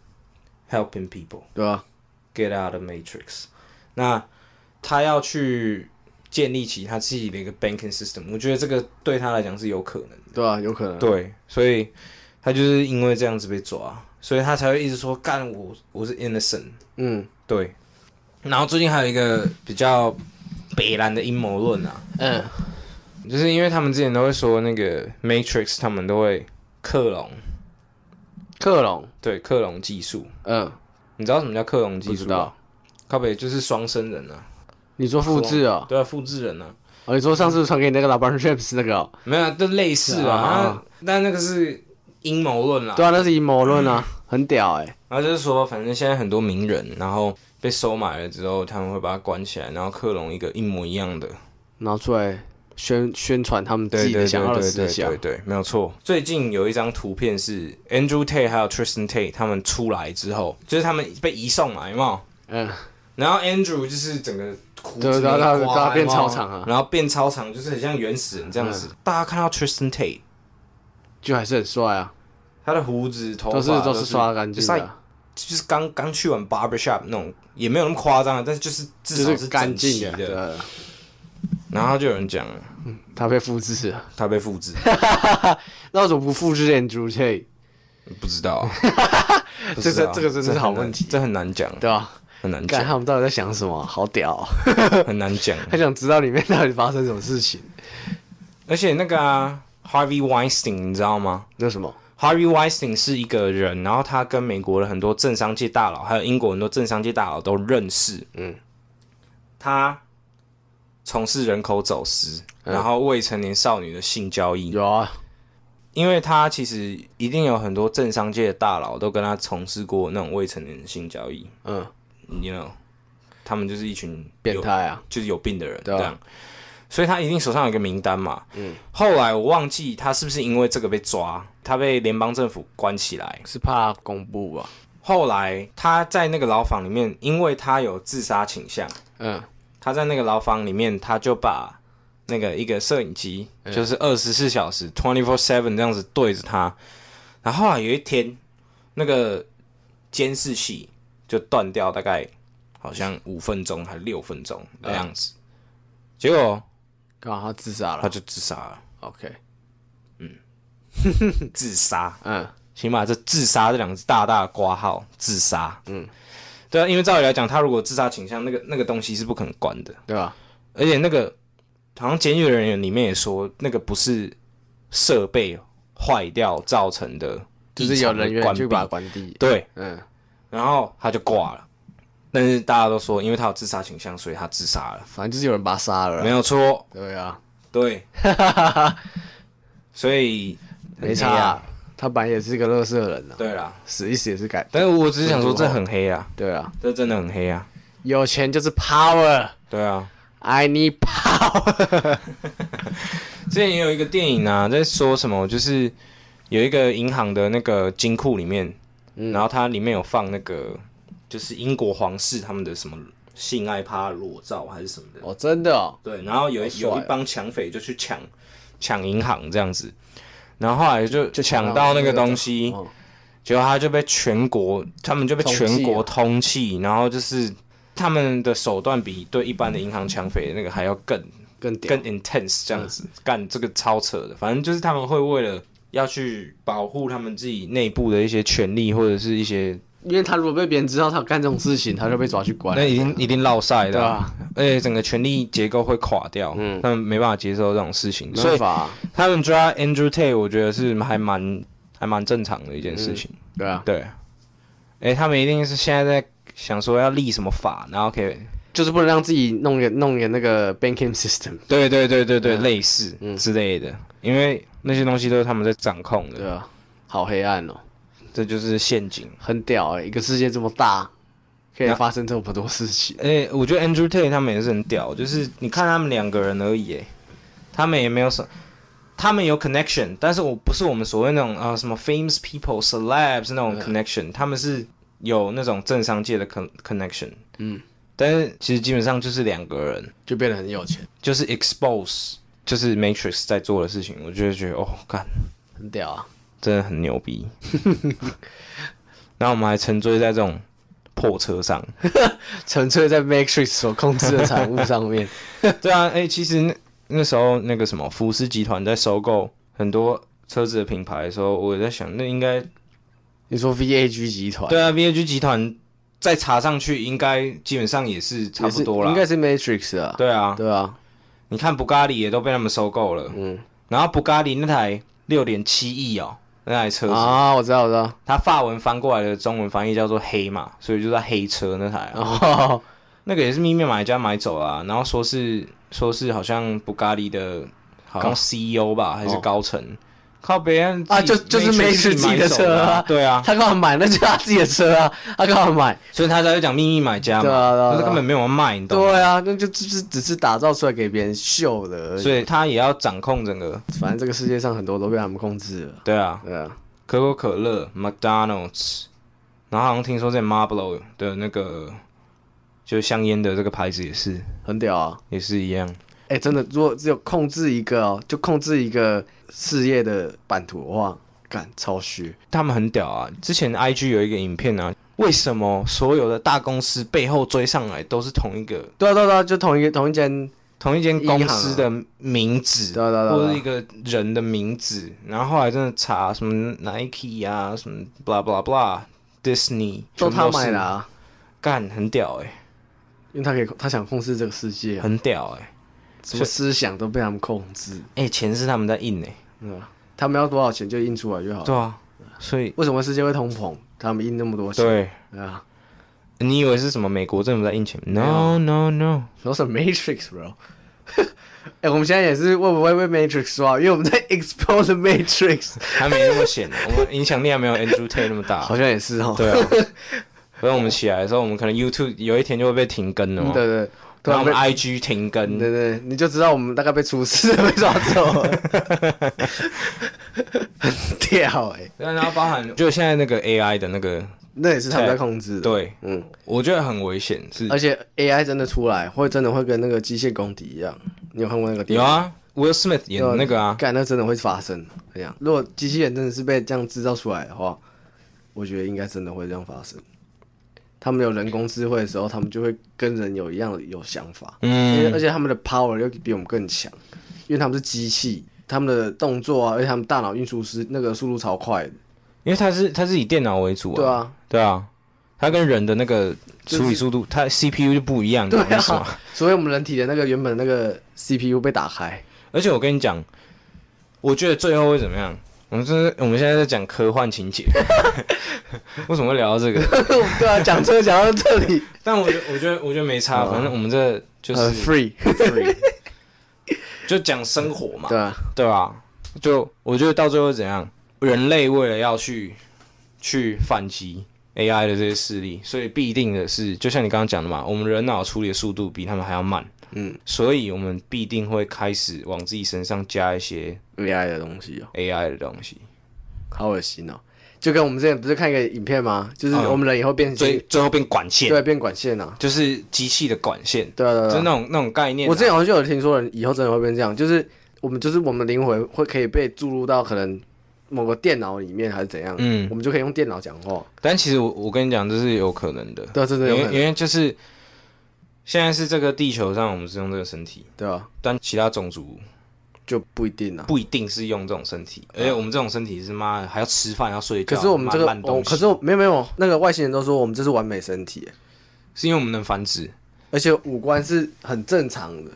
helping people
对啊，
get out of matrix。那他要去建立起他自己的一个 banking system，我觉得这个对他来讲是有可能的。
对啊，有可能。
对，所以他就是因为这样子被抓，所以他才会一直说干我我是 innocent。
嗯，
对，然后最近还有一个比较北蓝的阴谋论啊，
嗯，
就是因为他们之前都会说那个 matrix，他们都会克隆，
克隆，
对克隆技术。
嗯，
你知道什么叫克隆技
不
术啊
知
吗？
道。
靠北就是双生人啊，
你说复制啊、
对啊，复制人啊，
哦，你说上次传给你那个 LeBron James 那个、哦，
没有啊都类似啊，
啊
那但那个是阴谋论啦。
对啊，那是阴谋论啊，很屌哎、
然后就是说，反正现在很多名人，然后被收买了之后，他们会把它关起来，然后克隆一个一模一样的，
拿出来宣宣传他们自
对对
己的
对
想要的
对
思
对
想
对，对，没有错。最近有一张图片是 Andrew Tate 还有 Tristan Tate 他们出来之后，就是他们被移送嘛，有没有？
嗯，
然后 Andrew 就是整个胡子
对对
没刮
对对
有没有
变超长啊
然后变超长，就是很像原始人这样子。大家看到 Tristan Tate，
就还是很帅啊，
他的胡子、头发
都是
都
都哦是刷干
就
净
是
的，
就是刚刚去完 barber shop 那种，也没有那么夸张啊，但是就是
就
至少
是干
整
净
齐
的，对
的。
啊
然后就有人讲了
他被复制了，
他被复制，
那为什么不复制 Andrew Tate？
不知道
[laughs]
啊，不
这
知道啊
这个真的是好问题
这很难这很难
对吧？
讲，很难
看
讲，
他们到底在想什么，好屌、 [laughs] 哦，
很难讲。
很想知道里面到底发生什么事情。
而且那个啊，Harvey Weinstein 你知道吗？
那什么，
Harvey Weinstein 是一个人，然后他跟美国的很多政商界大佬，还有英国很多政商界大佬都认识。
嗯，
他从事人口走私，然后未成年少女的性交易。
嗯有啊，
因为他其实一定有很多政商界的大佬都跟他从事过那种未成年的性交易
嗯，
，you know，他们就是一群
变
有
态啊，
就是有病的人
对啊
这样，所以他一定手上有一个名单嘛。嗯，后来我忘记他是不是因为这个被抓，他被联邦政府关起来。
是怕公布吧？
后来他在那个牢房里面，因为他有自杀倾向，
嗯，
他在那个牢房里面，他就把那个一个摄影机，就是二十四小时 twenty four seven 这样子对着他。然后后啊来有一天，那个监视器就断掉，大概好像五分钟还是六分钟的样子。结果
刚好他自杀
他
了
就自杀了，
，OK，
自杀。
嗯，
请把这“自杀”这两个字大大的挂号，自杀。嗯，对啊，因为照理来讲，他如果有自杀倾向，那个那个东西是不可能关的。
对吧？
而且那个好像监狱的人员里面也说，那个不是设备坏掉造成的，
就是有人员
去
去把它关闭，
对，
嗯，
然后他就挂了。但是大家都说，因为他有自杀倾向，所以他自杀了，
反正就是有人把他杀了
没
啦，
有错。
对啊， [laughs]
对，所以
没差
很黑
啊
啊。，
他本来也是个乐色人啊，
对啦，
死一死也是改，
但是我只是想说，这很黑啊，
对啊，
这真的很黑啊。
有钱就是 power，I
对啊，
need power，
之
[laughs]
前也有一个电影啊，在说什么，就是有一个银行的那个金库里面，然后它里面有放那个就是英国皇室他们的什么性爱趴裸照还是什么的，
哦，真的哦，
对，然后有
好帅哦
有一帮抢匪就去抢抢银行这样子，然后后来就就
抢
抢
到
到
那
那
个
个东西，
哦
结果他就被全国，他们就被
通缉
全国
啊
通缉，然后就是他们的手段比对一般的银行抢匪那个还要更
更屌
更 intense 这样子，干、这个超扯的。反正就是他们会为了要去保护他们自己内部的一些权利或者是一些，
因为他如果被别人知道他有干这种事情，他就被抓去关
那
了。
一定一定落晒的、
哦对啊，
而且整个权力结构会垮掉，嗯，他们没办法接受这种事情，
没
所
办
以
法啊，
他们抓 Andrew Tate，我觉得是还蛮还蛮正常的一件事情。
对啊，
对，哎、他们一定是现在在想说要立什么法，然后可以，
就是不能让自己弄个弄个那个 banking system，
对对对对对，类似之类的，因为那些东西都是他们在掌控
对
的，
啊，好黑暗哦、
这就是陷阱。
很屌哎、一个世界这么大，可以
那
发生这么多事情。
哎、我觉得 Andrew Tate 他们也是很屌，就是你看他们两个人而已，哎，他们也没有什他们有 connection，但是我不是我们所谓那种啊、什么 famous people celebs 那种 connection，、他们是有那种政商界的 con connection，嗯，但是其实基本上就是两个人，
就变得很有钱，
就是 expose，就是 Matrix 在做的事情，我就会觉得哦，干，
很屌啊！
真的很牛逼。然后我们还沉醉在这种破车上，
纯粹在 Matrix 所控制的产物上
[laughs]
面，
对啊，哎、其实那那时候那个什么福斯集团在收购很多车子的品牌的时候，我也在想，那应该
你说 VAG 集团，
对啊，VAG 集团再查上去，应该基本上也是差
也
不
是，
多啦。
应该是 Matrix 啊，
对啊，
对啊，
你看布咖喱也都被他们收购了，
嗯
然后布咖喱那台六点七亿哦，那台车子，
啊，我知道我知道，
它法文翻过来的中文翻译叫做黑嘛，所以就叫黑车那台、啊，
然后
那个也是秘密买家买走啦、然后说是说是好像布咖喱的，好像
高
CEO 吧还是
哦
高层，靠别人
啊就就是
没
没自己的车啊
对啊，
他干嘛买？那就是他自己的车啊， [laughs] 他干嘛买？
所以他才会讲秘密买家嘛，
对啊对啊
但是
对啊
根本没有人卖，你懂吗？
对啊，那就只是只是打造出来给别人秀的而已。
所以他也要掌控整个，
反正这个世界上很多都被他们控制了。
对啊，
对啊，
可口可乐、McDonald's，然后好像听说在 Marlboro 的那个就是香烟的这个牌子也是
很屌啊！
也是一样，
哎、真的，如果只有控制一个哦，就控制一个事业的版图的话，干超虚。
他们很屌啊！之前 IG 有一个影片啊，为什么所有的大公司背后追上来都是同一个
对啊，对啊，对啊就同一个同一间，
同一间公司
银
的名字，
对啊对啊对啊
或者是一个人的名字？然后后来真的查什么 Nike 啊，什么 blah blah blah Disney，
都他
全部是
买的、啊，
干很屌哎、
因为他可以，他想控制这个世界、啊，
很屌哎、
什么思想都被他们控制，
哎、钱是他们在印哎、
对吧？他们要多少钱就印出来就好了。
对啊，所以
为什么世界会通膨？他们印那么多钱，
对，
对啊，
你以为是什么美国政府在印钱？No No No，
都是 Matrix bro。哎、我们现在也是会不会被 Matrix 抓？因为我们在 expose
[laughs]
the Matrix，
还没那么显，我们影响力还没有 Andrew Tate 那么
[laughs]
大。
好像也是哦。
对啊。所以我们起来的时候，我们可能 YouTube 有一天就会被停更了嘛
嗯，对对，突
然
然
后我
被
们 IG 停更，
对对，你就知道我们大概被出事了被抓走了，
[laughs]
很屌哎、
对然后包含就现在那个 AI 的那个，
那也是他们在控制的。，
对
嗯，
我觉得很危险，是
而且 AI 真的出来，会真的会跟那个机械公敌一样。你有看过那个电
有
影？
啊，Will Smith 演的那个啊，
干那真的会发生这样。如果机器人真的是被这样制造出来的话，我觉得应该真的会这样发生。他们有人工智慧的时候，他们就会跟人有一样的有想法，因为而
嗯，
且他们的 power 又比我们更强，因为他们是机器，他们的动作啊，而且他们大脑运输是那个速度超快的，
因为他是他是以电脑为主
对
啊，
啊，
对啊，他跟人的那个处理速度，他 CPU 就不一样，
对
你懂我意思吗？
啊，所以我们人体的那个原本那个 CPU 被打开， [laughs]
而且我跟你讲，我觉得最后会怎么样？我们这我们现在在讲科幻情
[laughs]
节，为什么会聊到这个？
对啊，讲这个讲到这里，
但我觉得我觉得我觉得没差，反正我们这就
很
是
哦呃
[laughs]
free，[laughs]
free，就讲生活嘛，
对啊，
对吧？就我觉得到最后怎样，人类为了要去去反击 AI 的这些势力，所以必定的是，就像你刚刚讲的嘛，我们人脑处理的速度比他们还要慢，
嗯
所以我们必定会开始往自己身上加一些
，AI 的东西哦、
AI 的东西。
好恶心哦！就跟我们之前不是看一个影片吗？就是
嗯
我们人以后变成、
最最后变管线，
对变管线啊，
就是机器的管线，
对啊对啊
就
对
是
啊
那种那种概念啊、
我之前好像就有听说人以后真的会变这样，就是我们就是我们灵魂会可以被注入到可能某个电脑里面还是怎样，
嗯
我们就可以用电脑讲话。
但其实我我跟你讲，这是有可能的，
对啊这是有可能
因为因为就是现在是这个地球上我们是用这个身体，
对吧？
但其他种族
就不一定啊。
不一定是用这种身体，而且我们这种身体是妈还要吃饭要睡觉，
嗯可是我们这个
妈烂，
我
东西，
可是我没有没有，那个外星人都说我们这是完美身体耶，
是因为我们能繁殖，
而且五官是很正常的，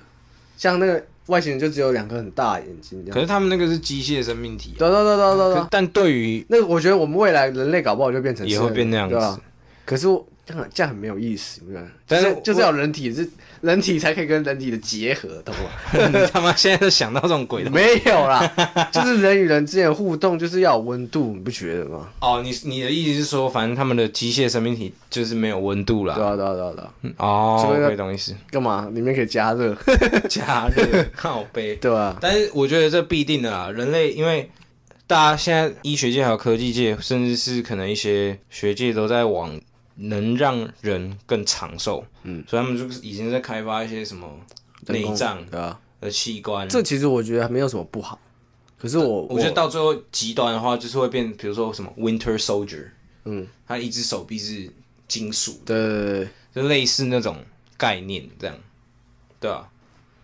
像那个外星人就只有两个很大的眼睛这
可
样。
是他们那个是机械生命体啊、
嗯对对对对对
可
对
是，但对于
那个我觉得我们未来人类搞不好就变成
也
是
会变那样子
对吧？可是我这样这样很没有意思，你不觉得
但是
就就是
我
要人体是人体才可以跟人体的结合，懂吗？ [laughs]
你他妈现在都想到这种鬼的
没
[laughs]
有啦，就是人与人之间的互动就是要有温度，你不觉得吗？
哦，你你的意思是说，反正他们的机械生命体就是没有温度啦
对。啊对啊对啊对啊，
嗯哦，
除非它
我也懂意
[laughs]
思。
干嘛？里面可以加
[laughs]
热，
加热靠背，
对吧？
但是我觉得这必定的啦，人类因为大家现在医学界还有科技界，甚至是可能一些学界都在往能让人更长寿，嗯，所以他们就是已经在开发一些什么内脏
对啊，
的器官。
这其实我觉得没有什么不好，可是我
我觉得到最后极端的话，就是会变，比如说什么 Winter Soldier，
嗯，
他一只手臂是金属的，
对对对对
就类似那种概念这样，对啊。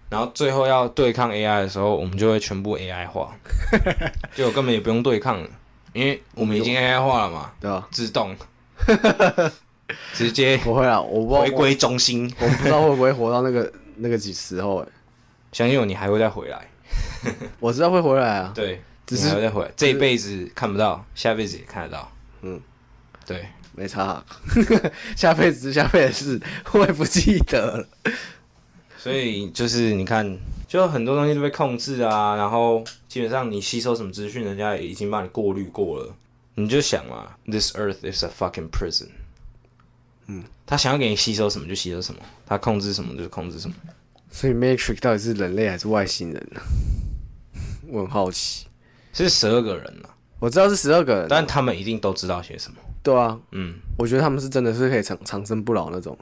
然后最后要对抗 AI 的时候，我们就会全部 AI
[laughs]
化，就根本也不用对抗了，因为我们已经 AI 化了嘛，
对吧？
自
[laughs]
动，直接
不会啦，我不知道
回归中心。
我，我不知道会不会活到那个那个几时候哎、
相信我，你还会再回来。
我知道会回来啊，
对，
只
你
是
还会再回来，这一辈子看不到，下辈子也看得到。
嗯，
对，
没差 [laughs] 啊、下辈子是下辈子我也不记得了。
所以就是你看，就很多东西都被控制啊，然后基本上你吸收什么资讯，人家也已经帮你过滤过了。你就想嘛，This Earth is a fucking prison。嗯，他想要给你吸收什么就吸收什么，他控制什么就控制什么。
所以 Matrix 到底是人类还是外星人呢、我很好奇。
是十二个人啊，
我知道是十二个人啊，
但他们一定都知道些什么。
对啊，
嗯
我觉得他们是真的是可以长长生不老那种，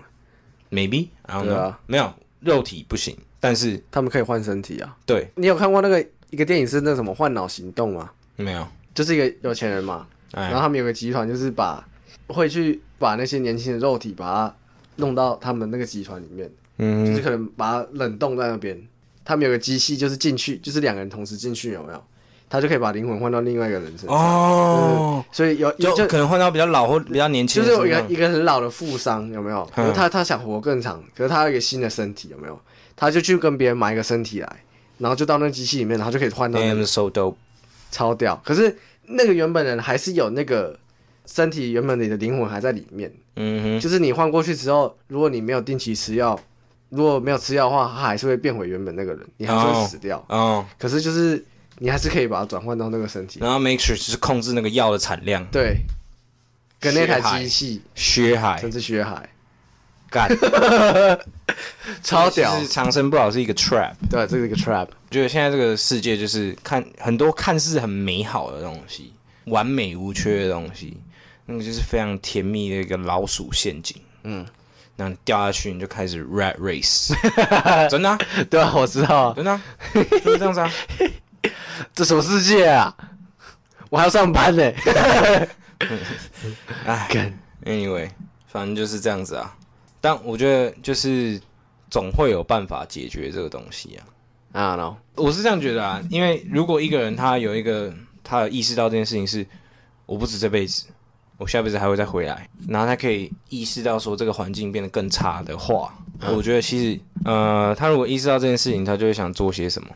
，maybe I don't know，、
对啊
没有肉体不行，但是
他们可以换身体啊。
对，
你有看过那个一个电影是那个什么《换脑行动》吗？
没有，
就是一个有钱人嘛，
哎
然后他们有个集团，就是把会去把那些年轻的肉体把它弄到他们那个集团里面，就
嗯
是可能把它冷冻在那边。他们有个机器，就是进去，就是两个人同时进去，有没有？他就可以把灵魂换到另外一个人身上。
哦，
所以有
就
呃就
可能换到比较老或比较年轻
就
的
是
身
有
上，
一个一个很老的富商，有没有？可
嗯
是他他想活更长，可是他有一个新的身体，有没有？他就去跟别人买一个身体来，然后就到那机器里面，然后就可以换到那
damn
个
so dope，
超屌。可是那个原本人还是有那个身体原本你的灵魂还在里面，
嗯哼。
就是你换过去之后，如果你没有定期吃药，如果没有吃药的话，他还是会变回原本那个人，你还是会死掉。
哦，
可是就是你还是可以把它转换到那个身体，
然后 make sure 就是控制那个药的产量，
对，跟那台
血海
机器
血海
甚至血海，
[laughs] 干，
超屌。
哎就是长生不老是一个 trap。
对，这是一个 trap。
我觉得现在这个世界就是看很多看似很美好的东西，完美无缺的东西，那个就是非常甜蜜的一个老鼠陷阱。嗯，然后你掉下去你就开始 rat [laughs] race，真的啊、
对啊，我知道啊，
真的啊、就是这样子 [laughs] 啊。
这什么世界啊？我还要上班呢。
哎，anyway，反正就是这样子啊。但我觉得就是总会有办法解决这个东西啊。
啊 no，
我是这样觉得啊，因为如果一个人他有一个他有意识到这件事情是，我不止这辈子，我下辈子还会再回来，然后他可以意识到说这个环境变得更差的话，
嗯
我觉得其实呃，他如果意识到这件事情，他就会想做些什么，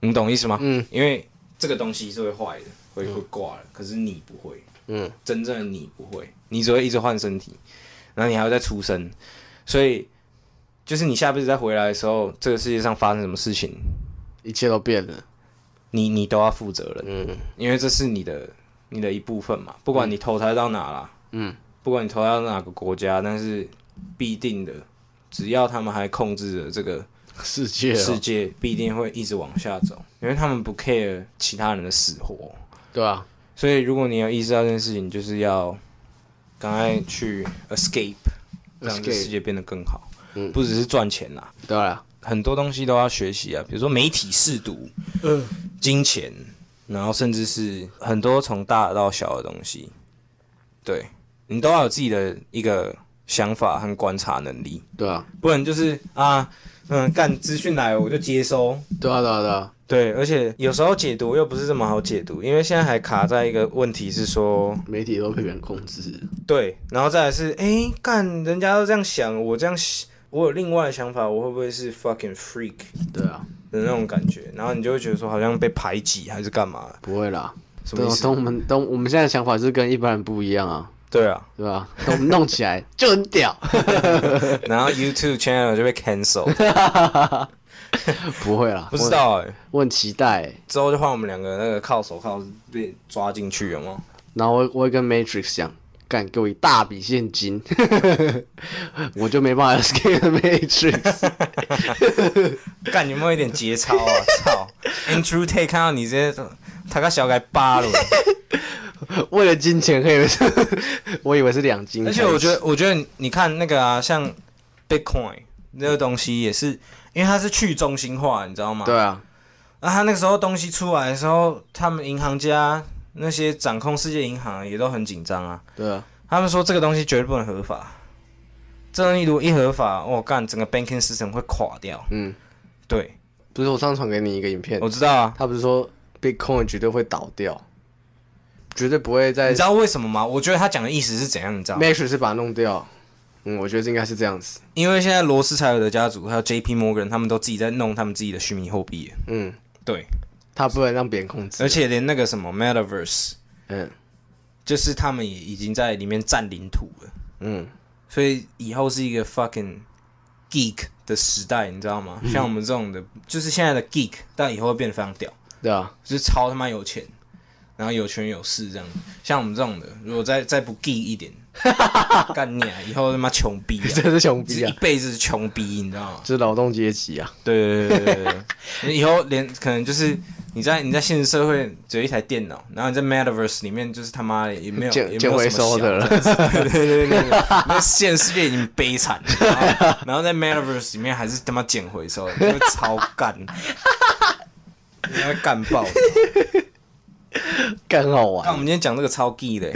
你懂意思吗？
嗯，
因为这个东西是会坏的，会会挂的，可是你不会，
嗯，
真正的你不会，你只会一直换身体，然后你还会再出生，所以。就是你下辈子再回来的时候，这个世界上发生什么事情，
一切都变了。
你你都要负责任，
嗯
因为这是你的你的一部分嘛。不管你投胎到哪啦，
嗯，
不管你投胎到哪个国家，但是必定的，只要他们还控制着这个
世界哦
世界，必定会一直往下走，因为他们不 care 其他人的死活。
对啊，
所以如果你有意识到这件事情，就是要赶快去 escape，让这
Escape
世界变得更好。
嗯
不只是赚钱啦，
对啊，
很多东西都要学习啊，比如说媒体试读，
嗯
金钱，然后甚至是很多从大到小的东西，对你都要有自己的一个想法和观察能力，
对啊，
不然就是啊，嗯，干资讯来我就接收。
对啊，对啊，对啊，
对，而且有时候解读又不是这么好解读，因为现在还卡在一个问题是说，
媒体都被别人控制，
对，然后再来是，哎，干人家都这样想，我这样想，我有另外的想法，我会不会是 fucking freak
对啊，
的那种感觉？然后你就会觉得说好像被排挤还是干嘛？
不会啦。
什么
对
意
啊，
思？
等我们等我们现在的想法是跟一般人不一样啊，
对啊，
对吧？等我们弄起来就很屌，
[laughs] 然后 YouTube channel 就被 cancel，
不会啦，
[laughs] 不知道哎、
我，我很期待欸、
之后就换我们两个那个靠手铐被抓进去，有吗？
然后我我会跟 Matrix 讲，干给我一大笔现金， [laughs] 我就没办法 escape the
[laughs]
Matrix。
干有没有一点节操 [laughs] 啊？操！Andrew Tate 看到你这，他个小改扒 [laughs] 了。
为了金钱，可以 [laughs] 我以为是两金开
而
始，
且我觉得，我觉得你看那个啊，像 Bitcoin 那个东西也是，因为它是去中心化，你知道吗？
对。啊，
那它那个时候东西出来的时候，他们银行家那些掌控世界银行也都很紧张啊。
对啊，
他们说这个东西绝对不能合法，这东西如果一合法，我、干整个 banking system 会垮掉。
嗯，
对，
不是我上次传给你一个影片
我，知道啊。
他不是说 Bitcoin 绝对会倒掉，绝对不会在
你知道为什么吗？我觉得他讲的意思是怎样，你知道吗？
Matrix 是把它弄掉。嗯，我觉得这应该是这样子。
因为现在罗斯柴尔德家族还有 J.P. Morgan 他们都自己在弄他们自己的虚拟货币耶，
嗯，
对，
他不能让别人控制。
而且连那个什么 Metaverse，
嗯
就是他们也已经在里面占领土了，
嗯，
所以以后是一个 fucking geek 的时代，你知道吗？像我们这种的，就是现在的 geek，但以后会变得非常屌，
对啊， [laughs]
就是超他妈有钱，然后有权有势这样。像我们这种的，如果再再不 geek 一点， [laughs] 干你啊！以后他妈穷 [laughs] 逼、啊，
这是穷
就是
逼
一
啊，
辈子穷逼，你知道吗？
这是劳动阶级啊。
[laughs] 对对对对对对， [laughs] 以后连可能就是你在你在现实社会只有一台电脑，然后你在 Metaverse 里面就是他妈的也没有
捡
也没
捡
有
回
什么
收的了
小这样子啊 [laughs] 对对对对，对那现实世界已经悲惨了，然后然后在 Metaverse 里面还是他妈捡回收的，就会超干， [laughs] 你会干爆的。
干好
看我
玩，
们今天讲这个超 gay
[laughs]
的，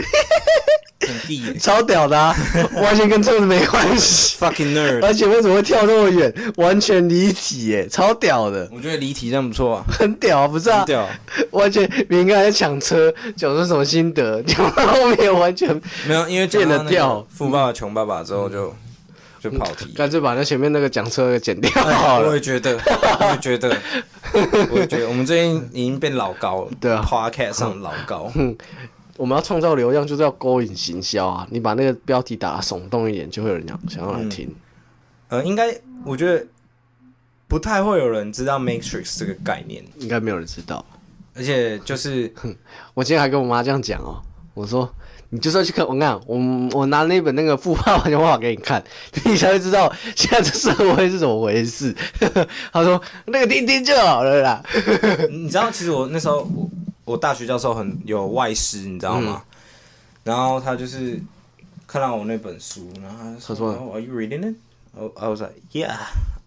很 gay 的
超屌
[laughs]
的、啊，完全跟车子没关系。
，fucking nerd。
而且为什么会跳那么远？完全离题耶，超屌的，
我觉得离题这样不
[laughs]
错啊，
很屌啊，不是啊
很？屌。
完全明哥还在抢车，讲出什么心得， [laughs] 讲到后面完全
没有，因为讲
变得
到那个
掉嗯
富爸爸穷爸爸之后就就跑题。
干脆把那前面那个讲车给剪掉 [laughs] 好
哎我
了。
也觉得，我也觉
[laughs]
得，我也觉得，我们最近已经变老高了，
对啊嗯
p o d c a s t 上老高，
我们要创造流量，就是要勾引行销啊！你把那个标题打得耸动一点，就会有人想想
嗯
要来听。
呃，应该我觉得不太会有人知道 Matrix 这个概念，
应该没有人知道。
而且就是
我今天还跟我妈这样讲哦，我说你就是要去看，我看我我拿那本那个《富爸爸穷爸爸》给你看，你才会知道现在这社会是怎么回事。 [laughs] 她说那个听听就好了啦。
你知道，其实我那时候我我大学教授很有外师，你知道吗？
嗯
然后他就是看到我那本书，然后他
他
就说、
说
oh,：“Are you reading it?” Oh, I was like, "Yeah,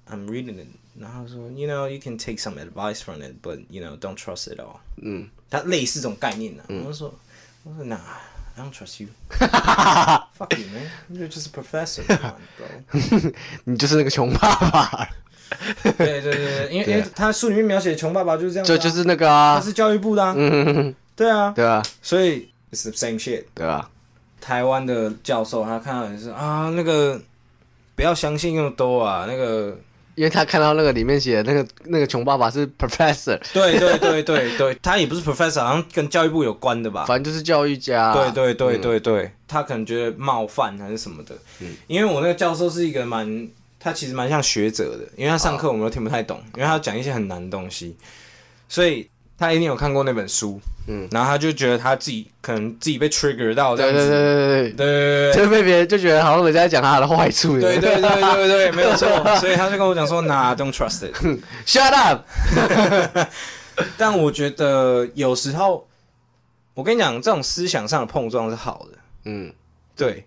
I'm reading it." 然后他说：“You know, you can take some advice from it, but you know, don't trust it all."
嗯，
他类似这种概念呢、啊。我就说，我说 Nah, I don't trust
[laughs]
you. Fuck you, man. You're just a professor, come on, bro.
[laughs] 你就是那个穷爸爸，
对对对对，因为因为他书里面描写穷爸爸就是这样子
这
啊、
就是那个
他
啊，
是教育部的、啊，对啊，
对啊，
所以 it's the same shit。
对啊，
台湾的教授，他看到也是啊，那个不要相信那么多啊，那个
因为他看到那个里面写的那个那个穷爸爸是 professor，
对对对对 [laughs] 对，他也不是 professor，好像跟教育部有关的吧？
反正就是教育家啊、
对对对对对，他可能觉得冒犯还是什么的。因为我那个教授是一个蛮，他其实蛮像学者的，因为他上课我们都听不太懂，因为他讲一些很难的东西，所以他一定有看过那本书，
嗯，
然后他就觉得他自己可能自己被 trigger 到这
对
样
对对
子，
对
对对
对
对
对，就被别人就觉得好像人家在讲他的坏处。
对对对对对，没有
[laughs]
错。所以他就跟我讲说，Nah, don't trust it。
，Shut up！
但我觉得有时候，我跟你讲，这种思想上的碰撞是好的，
嗯，
对，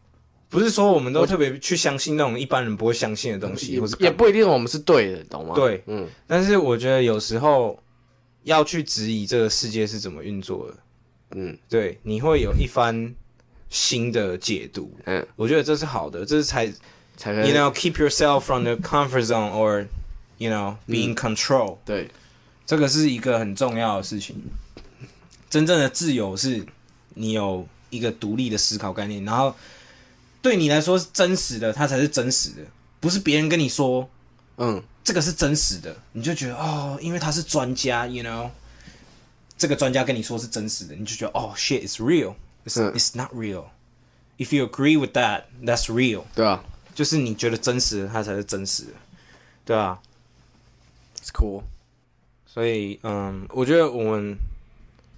不是说我们都特别去相信那种一般人不会相信的东西，
也
或是
也
干嘛
不一定我们是对的，懂吗？，
对。
嗯，
但是我觉得有时候要去质疑这个世界是怎么运作的，
嗯，
对，你会有一番新的解读。
嗯，
我觉得这是好的，这是才
才可以
，you know keep yourself from the comfort zone or you know be
Mm
in control，、
对
这个是一个很重要的事情。真正的自由是你有一个独立的思考概念，然后对你来说是真实的，它才是真实的，不是别人跟你说
嗯
这个是真实的，你就觉得哦，因为他是专家，you know，这个专家跟你说是真实的，你就觉得哦，shit is real, it's、
嗯
it's not real. If you agree with that, that's real.
对啊
就是你觉得真实的，它才是真实的，对啊，it's cool。所以，嗯，我觉得我们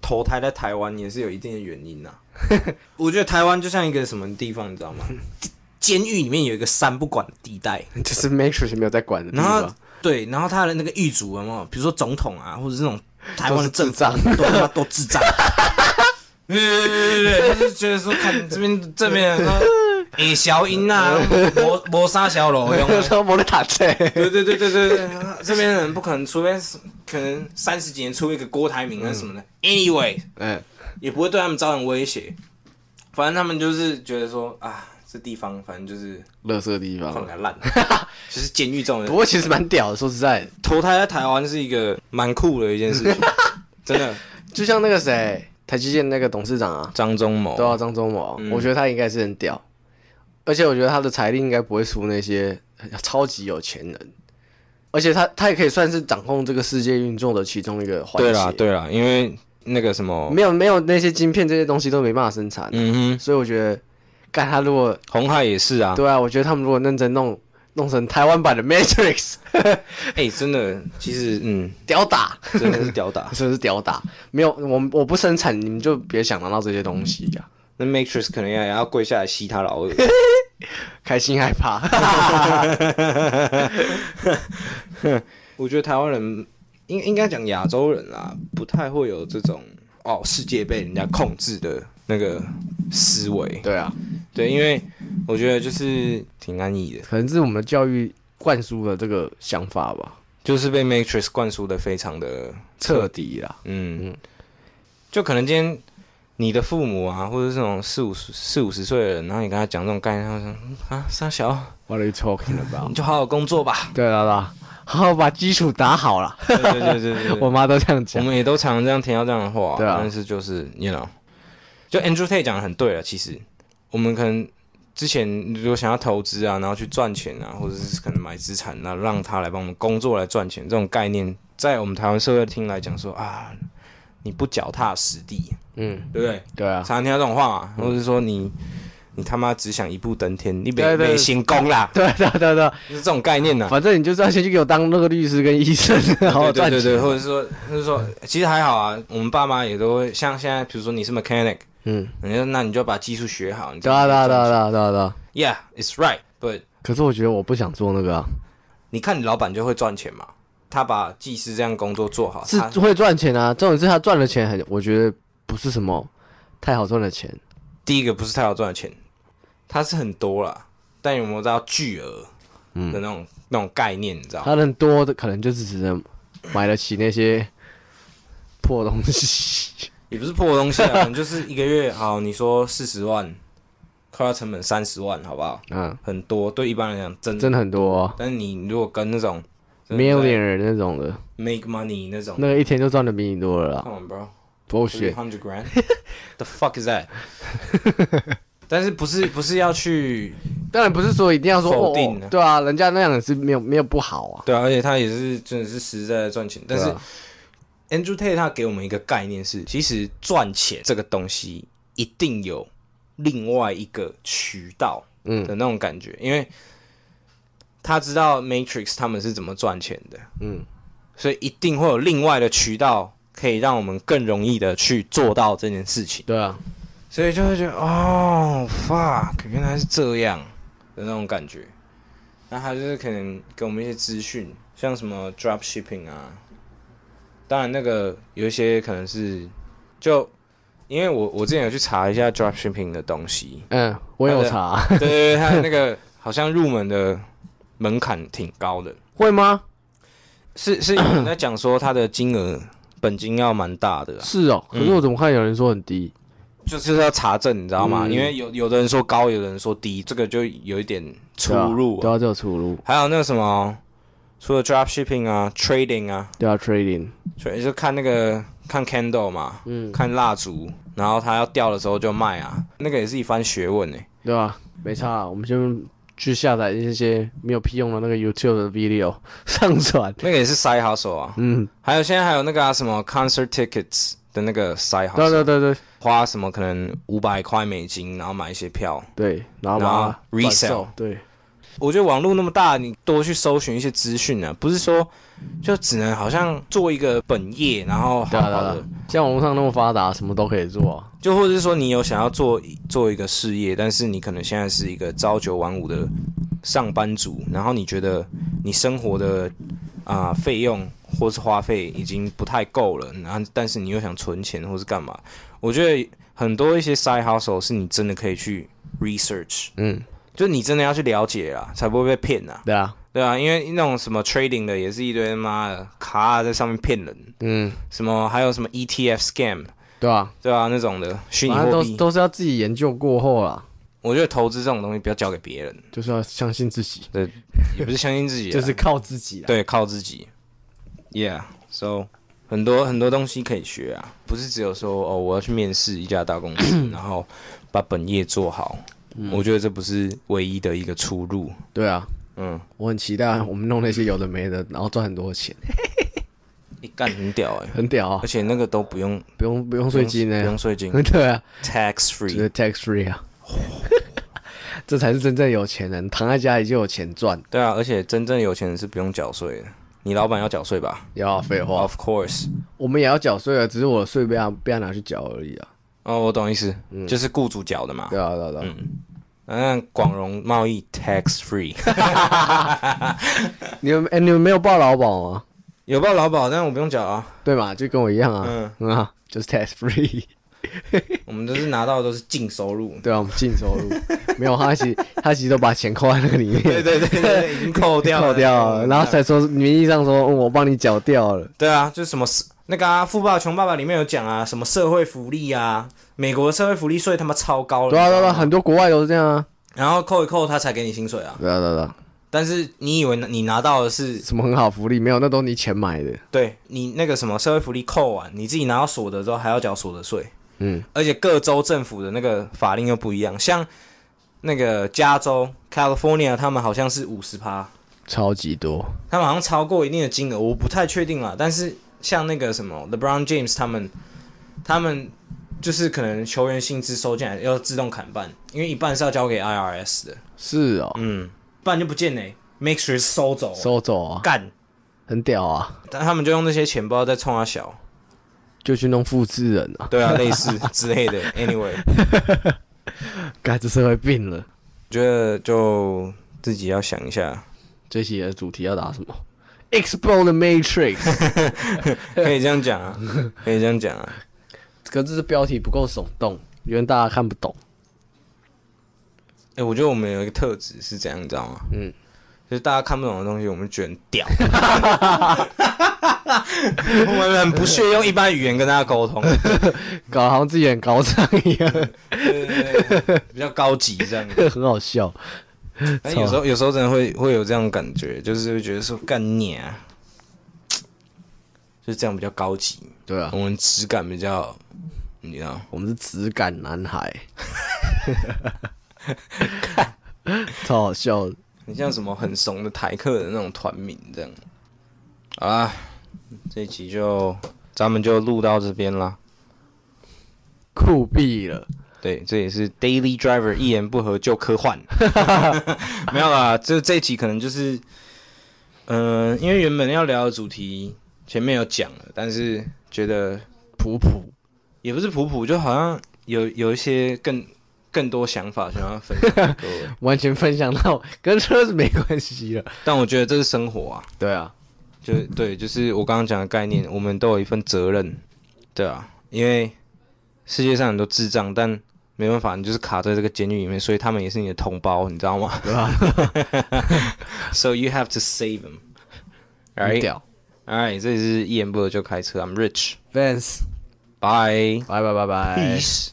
投胎在台湾也是有一定的原因呐、 [laughs] 我觉得台湾就像一个什么地方，你知
[laughs]
道吗？监狱里面有一个三不管的地带。
就是 make sure 是没有在管的地
然后
方，
对，然后他的那个狱卒有没有？比如说总统啊，或者是那种台湾的
都是
政
智
府
障
都他妈都智
[laughs]
障。对对对对对，他就觉得说，看这边这边啊，诶，小英
[laughs]
啊，磨磨砂小楼用啊。
都没得打 [laughs] 车，
对对对对对对，这边人不可能，除非是可能三十几年出一个郭台铭啊什么的。Anyway，
嗯，
也不会对他们造成威胁。反正他们就是觉得说啊，这地方反正就是
垃圾地
放
方。
给它
[laughs]
烂，就是监狱这种人
不过其实蛮屌的，说实在的，
投胎在台湾是一个蛮酷的一件事
[laughs]
情，真的。
就像那个谁，台积电那个董事长啊，
张忠谋，
对啊，张忠谋啊，
嗯
我觉得他应该是很屌，而且我觉得他的财力应该不会输那些超级有钱人，而且他他也可以算是掌控这个世界运作的其中一个环
对
节。
啦，对啦，因为那个什么，
没有没有那些晶片这些东西都没办法生产，啊
嗯哼，
所以我觉得，干他如果
红海也是啊。
对啊，我觉得他们如果认真弄弄成台湾版的 Matrix， [laughs]
哎、真的，其实嗯，
屌打，。
真的是屌打
[laughs] 真的是屌打，没有我们我不生产，你们就别想拿到这些东西呀、
那 Matrix 可能也要跪下来吸他老二。
开心害 [laughs] 怕，
我觉得台湾人应应该讲亚洲人啦，不太会有这种哦世界被人家控制的那个思维。
对啊，
对，因为我觉得就是挺安逸的，
可能是我们的教育灌输了这个想法吧，
就是被 Matrix 灌输的非常的
彻底啦，
嗯，就可能今天你的父母啊，或者是这种四五十四五十岁的人，然后你跟他讲这种概念，他会说嗯啊，傻小，
What are you talking
你
about？
就好好工作吧。
[laughs] 对啦啦，好好把基础打好了。
对对对对对
我妈都这样
我
讲。
们也都常常这样听到这样的话，
对啊
但是就是 you know，就 Andrew Tate 讲的很对了，啊其实我们可能。之前如果想要投资啊，然后去赚钱啊，或者是可能买资产啊，让他来帮我们工作来赚钱，这种概念在我们台湾社会听来讲说啊，你不脚踏实地，
嗯，
对不对？
对啊，
常常听到这种话嘛，或者说你你他妈只想一步登天，你
对
没
对
没行功啦，
[laughs] 对啊对啊对啊对啊，
就是这种概念呐、
反正你就是要先去给我当那个律师跟医生，然
对
后
对
赚
对对，
钱。
或者说就是说，其实还好啊，我们爸妈也都会像现在，比如说你是 mechanic，
嗯，
人家那你就把技术学好，你
对啊对啊对啊对啊对啊对啊。
y e a h it's right，but
可是我觉得我不想做那个啊，
你看你老板就会赚钱嘛，他把技师这样工作做好，
是
他
会赚钱啊。重点是他赚的钱很，我觉得不是什么太好赚的钱。
第一个不是太好赚的钱，他是很多啦，但有没有到巨额的那种、那种概念，你知道吗？
嗯他能多的可能就只能买得起那些破东西。 [laughs]
也不是破东西啊， [laughs] 可能就是一个月好，你说四十万，扣掉成本三十万，好不好？
嗯，
很多，对一般人来讲真，
真的很多、哦、
但是你如果跟那种嗯真的在
，millionaire 那种的，
make money 那种
那个一天就赚的比你多了啦。
，come on bro，three
bullshit。
hundred [laughs] grand，the fuck is
[laughs]
that？但是不是不是要去
当然不是说一定要说
否定
哦
啊，
对啊，人家那样也是没有没有不好啊。
对啊，而且他也是真的是实在的赚钱，但是
对啊
Andrew Tate 他给我们一个概念是，其实赚钱这个东西一定有另外一个渠道，
嗯
的那种感觉，因为他知道 Matrix 他们是怎么赚钱的，
嗯，
所以一定会有另外的渠道可以让我们更容易的去做到这件事情，
对啊，
所以就会觉得哦，fuck，原来是这样的那种感觉。那他就是可能给我们一些资讯，像什么 drop shipping 啊，当然那个有一些可能是就。因为我我之前有去查一下 drop shipping 的东西，
嗯，我有查、
对
[laughs]
对对，他那个好像入门的门槛挺高的，
会吗？
是是有人在讲说他的金额本金要蛮大的啦，啊嗯
是哦，可是我怎么看有人说很低？
就是要查证，你知道吗？
嗯
因为有有的人说高，有的人说低，这个就有一点出入、
对啊，就有出入，
还有那个什么，哦除了 drop shipping 啊，trading 啊，
对啊，trading，
所以就看那个看 candle 嘛，嗯，看蜡烛，然后它要掉的时候就卖啊，那个也是一番学问欸诶、
对吧、没差啊，我们先去下载一些没有屁用的那个 YouTube 的 video [laughs] 上传。
那个也是 side hustle 啊。
嗯，
还有现在还有那个啊什么 concert tickets 的那个 side
对啊
hustle，
对对对
花什么可能五百块美金，然后买一些票。
对，然后
然后
把它转
resell
售对，
我觉得网络那么大，你多去搜寻一些资讯啊，不是说就只能好像做一个本业，然后
对
好
啊
好
对
的，
啊，对啊像网络上那么发达，什么都可以做啊。
就或者是说你有想要做做一个事业，但是你可能现在是一个朝九晚五的上班族，然后你觉得你生活的啊、费用或是花费已经不太够了，然后但是你又想存钱或是干嘛，我觉得很多一些 side hustle 是你真的可以去 research，
嗯，
就你真的要去了解啦，才不会被骗啦。
对啊，
对啊，因为那种什么 trading 的也是一堆他妈的卡啊在上面骗人，
嗯，
什么还有什么 ETF scam，
对啊，
对啊，那种的虚拟
反正
货
都
币。
都是要自己研究过后啦，
我觉得投资这种东西不要交给别人，
就是要相信自己，
对，也不是相信自己啊，
[laughs] 就是靠自己啦。
对靠自己。Yeah，so 很多很多东西可以学啊，不是只有说哦我要去面试一家大公司，然后把本业做好。
嗯
我觉得这不是唯一的一个出路。
对啊，
嗯，
我很期待我们弄那些有的没的，然后赚很多钱，
一干很屌哎、
很屌啊
而，且那个都不用
不用不用税金
不用
呢，
税金
[laughs] 对啊，
，tax
只
free
是。tax free 啊， [laughs] 这才是真正有钱人，躺在家里就有钱赚，
对啊，而且真正有钱人是不用缴税的。你老板要缴税吧
要啊废话，
？Of course。
我们也要缴税啊，只是我的税被他被他拿去缴而已啊，
哦，我懂意思，就是雇主缴的嘛。
对啊对啊对啊，
嗯，广荣贸易 tax free
你们哎你们没有报劳保吗？
[laughs] 有报劳保，但我不用缴啊。
对嘛，就跟我一样啊
嗯，
嗯啊，就是 tax free。 [laughs]
我们都是拿到的都是净收入。
对啊，我们净收入没有，他其他其实都把钱扣在那个里面，
对对对对对，已经 [laughs] 扣掉了，嗯
扣掉了，啊然后才说名义上说、嗯我帮你缴掉了，
对啊，就是什么社那个啊，《富爸爸穷爸爸》里面有讲啊，什么社会福利啊，美国的社会福利税他妈超高了，
对啊
你
对
知
啊，
道
对啊
吗
很多国外都是这样啊，
然后扣一扣他才给你薪水啊。
对啊对啊对啊，
但是你以为你拿到的是
什么很好福利没有，那都你钱买的，
对你那个什么社会福利扣完，你自己拿到所得之后还要缴所得税，
嗯，
而且各州政府的那个法令又不一样，像那个加州 California 他们好像是五十趴，
超级多，
他们好像超过一定的金额，我不太确定啦。但是像那个什么 LeBron James 他们，他们就是可能球员薪资收进来要自动砍半，因为一半是要交给 IRS 的，
是哦，
嗯，不然就不见嘞、m a k e sure 收走，
收走啊，
干，
很屌啊，
但他们就用那些钱包在冲他小。
就去弄复制人啊，
对啊，类似之类的。Anyway，
该这社会病了。
我觉得就自己要想一下，
这期的主题要打什么？Explode the [laughs] Matrix，
可以这样讲啊，可以这样讲啊。
可是这标题不够耸动，因为大家看不懂。
哎、我觉得我们有一个特质是怎样，你知道吗？
嗯
嗯，就是大家看不懂的东西，我们觉得很屌。我们很不屑用一般语言跟大家沟通，
搞得好像自己很高尚一样， [laughs]
对对对比较高级这样。
很好笑。
但有时候有时候真的会会有这样的感觉，就是会觉得说干你啊，就是这样比较高级，
对啊
我，们质感比较，你知道。
我们是质感男孩， [laughs] 超好笑的。
很像什么很怂的台客的那种团名这样。好啦，这一集就咱们就录到这边啦。
酷毙了！
对，这也是 Daily Driver 一言不合就科幻， [laughs] 没有啦，这这一集可能就是，嗯、因为原本要聊的主题前面有讲了，但是觉得
普普，
也不是普普，就好像有有一些更更多想法想要分享给各位，
完全分享到 [laughs] 跟车子没关系了。
但我觉得这是生活啊，
对啊，
就是对，就是我刚刚讲的概念，我们都有一份责任，对啊，因为世界上很多智障，但没办法，你就是卡在这个监狱里面，所以他们也是你的同胞，你知道吗？ [laughs]
对吧、啊 [laughs]
So you have to save them.
很
Alright,
屌。
alright，这里是一言不合就开车。I'm Rich.
Vans，
Bye.
拜拜拜拜。
Peace.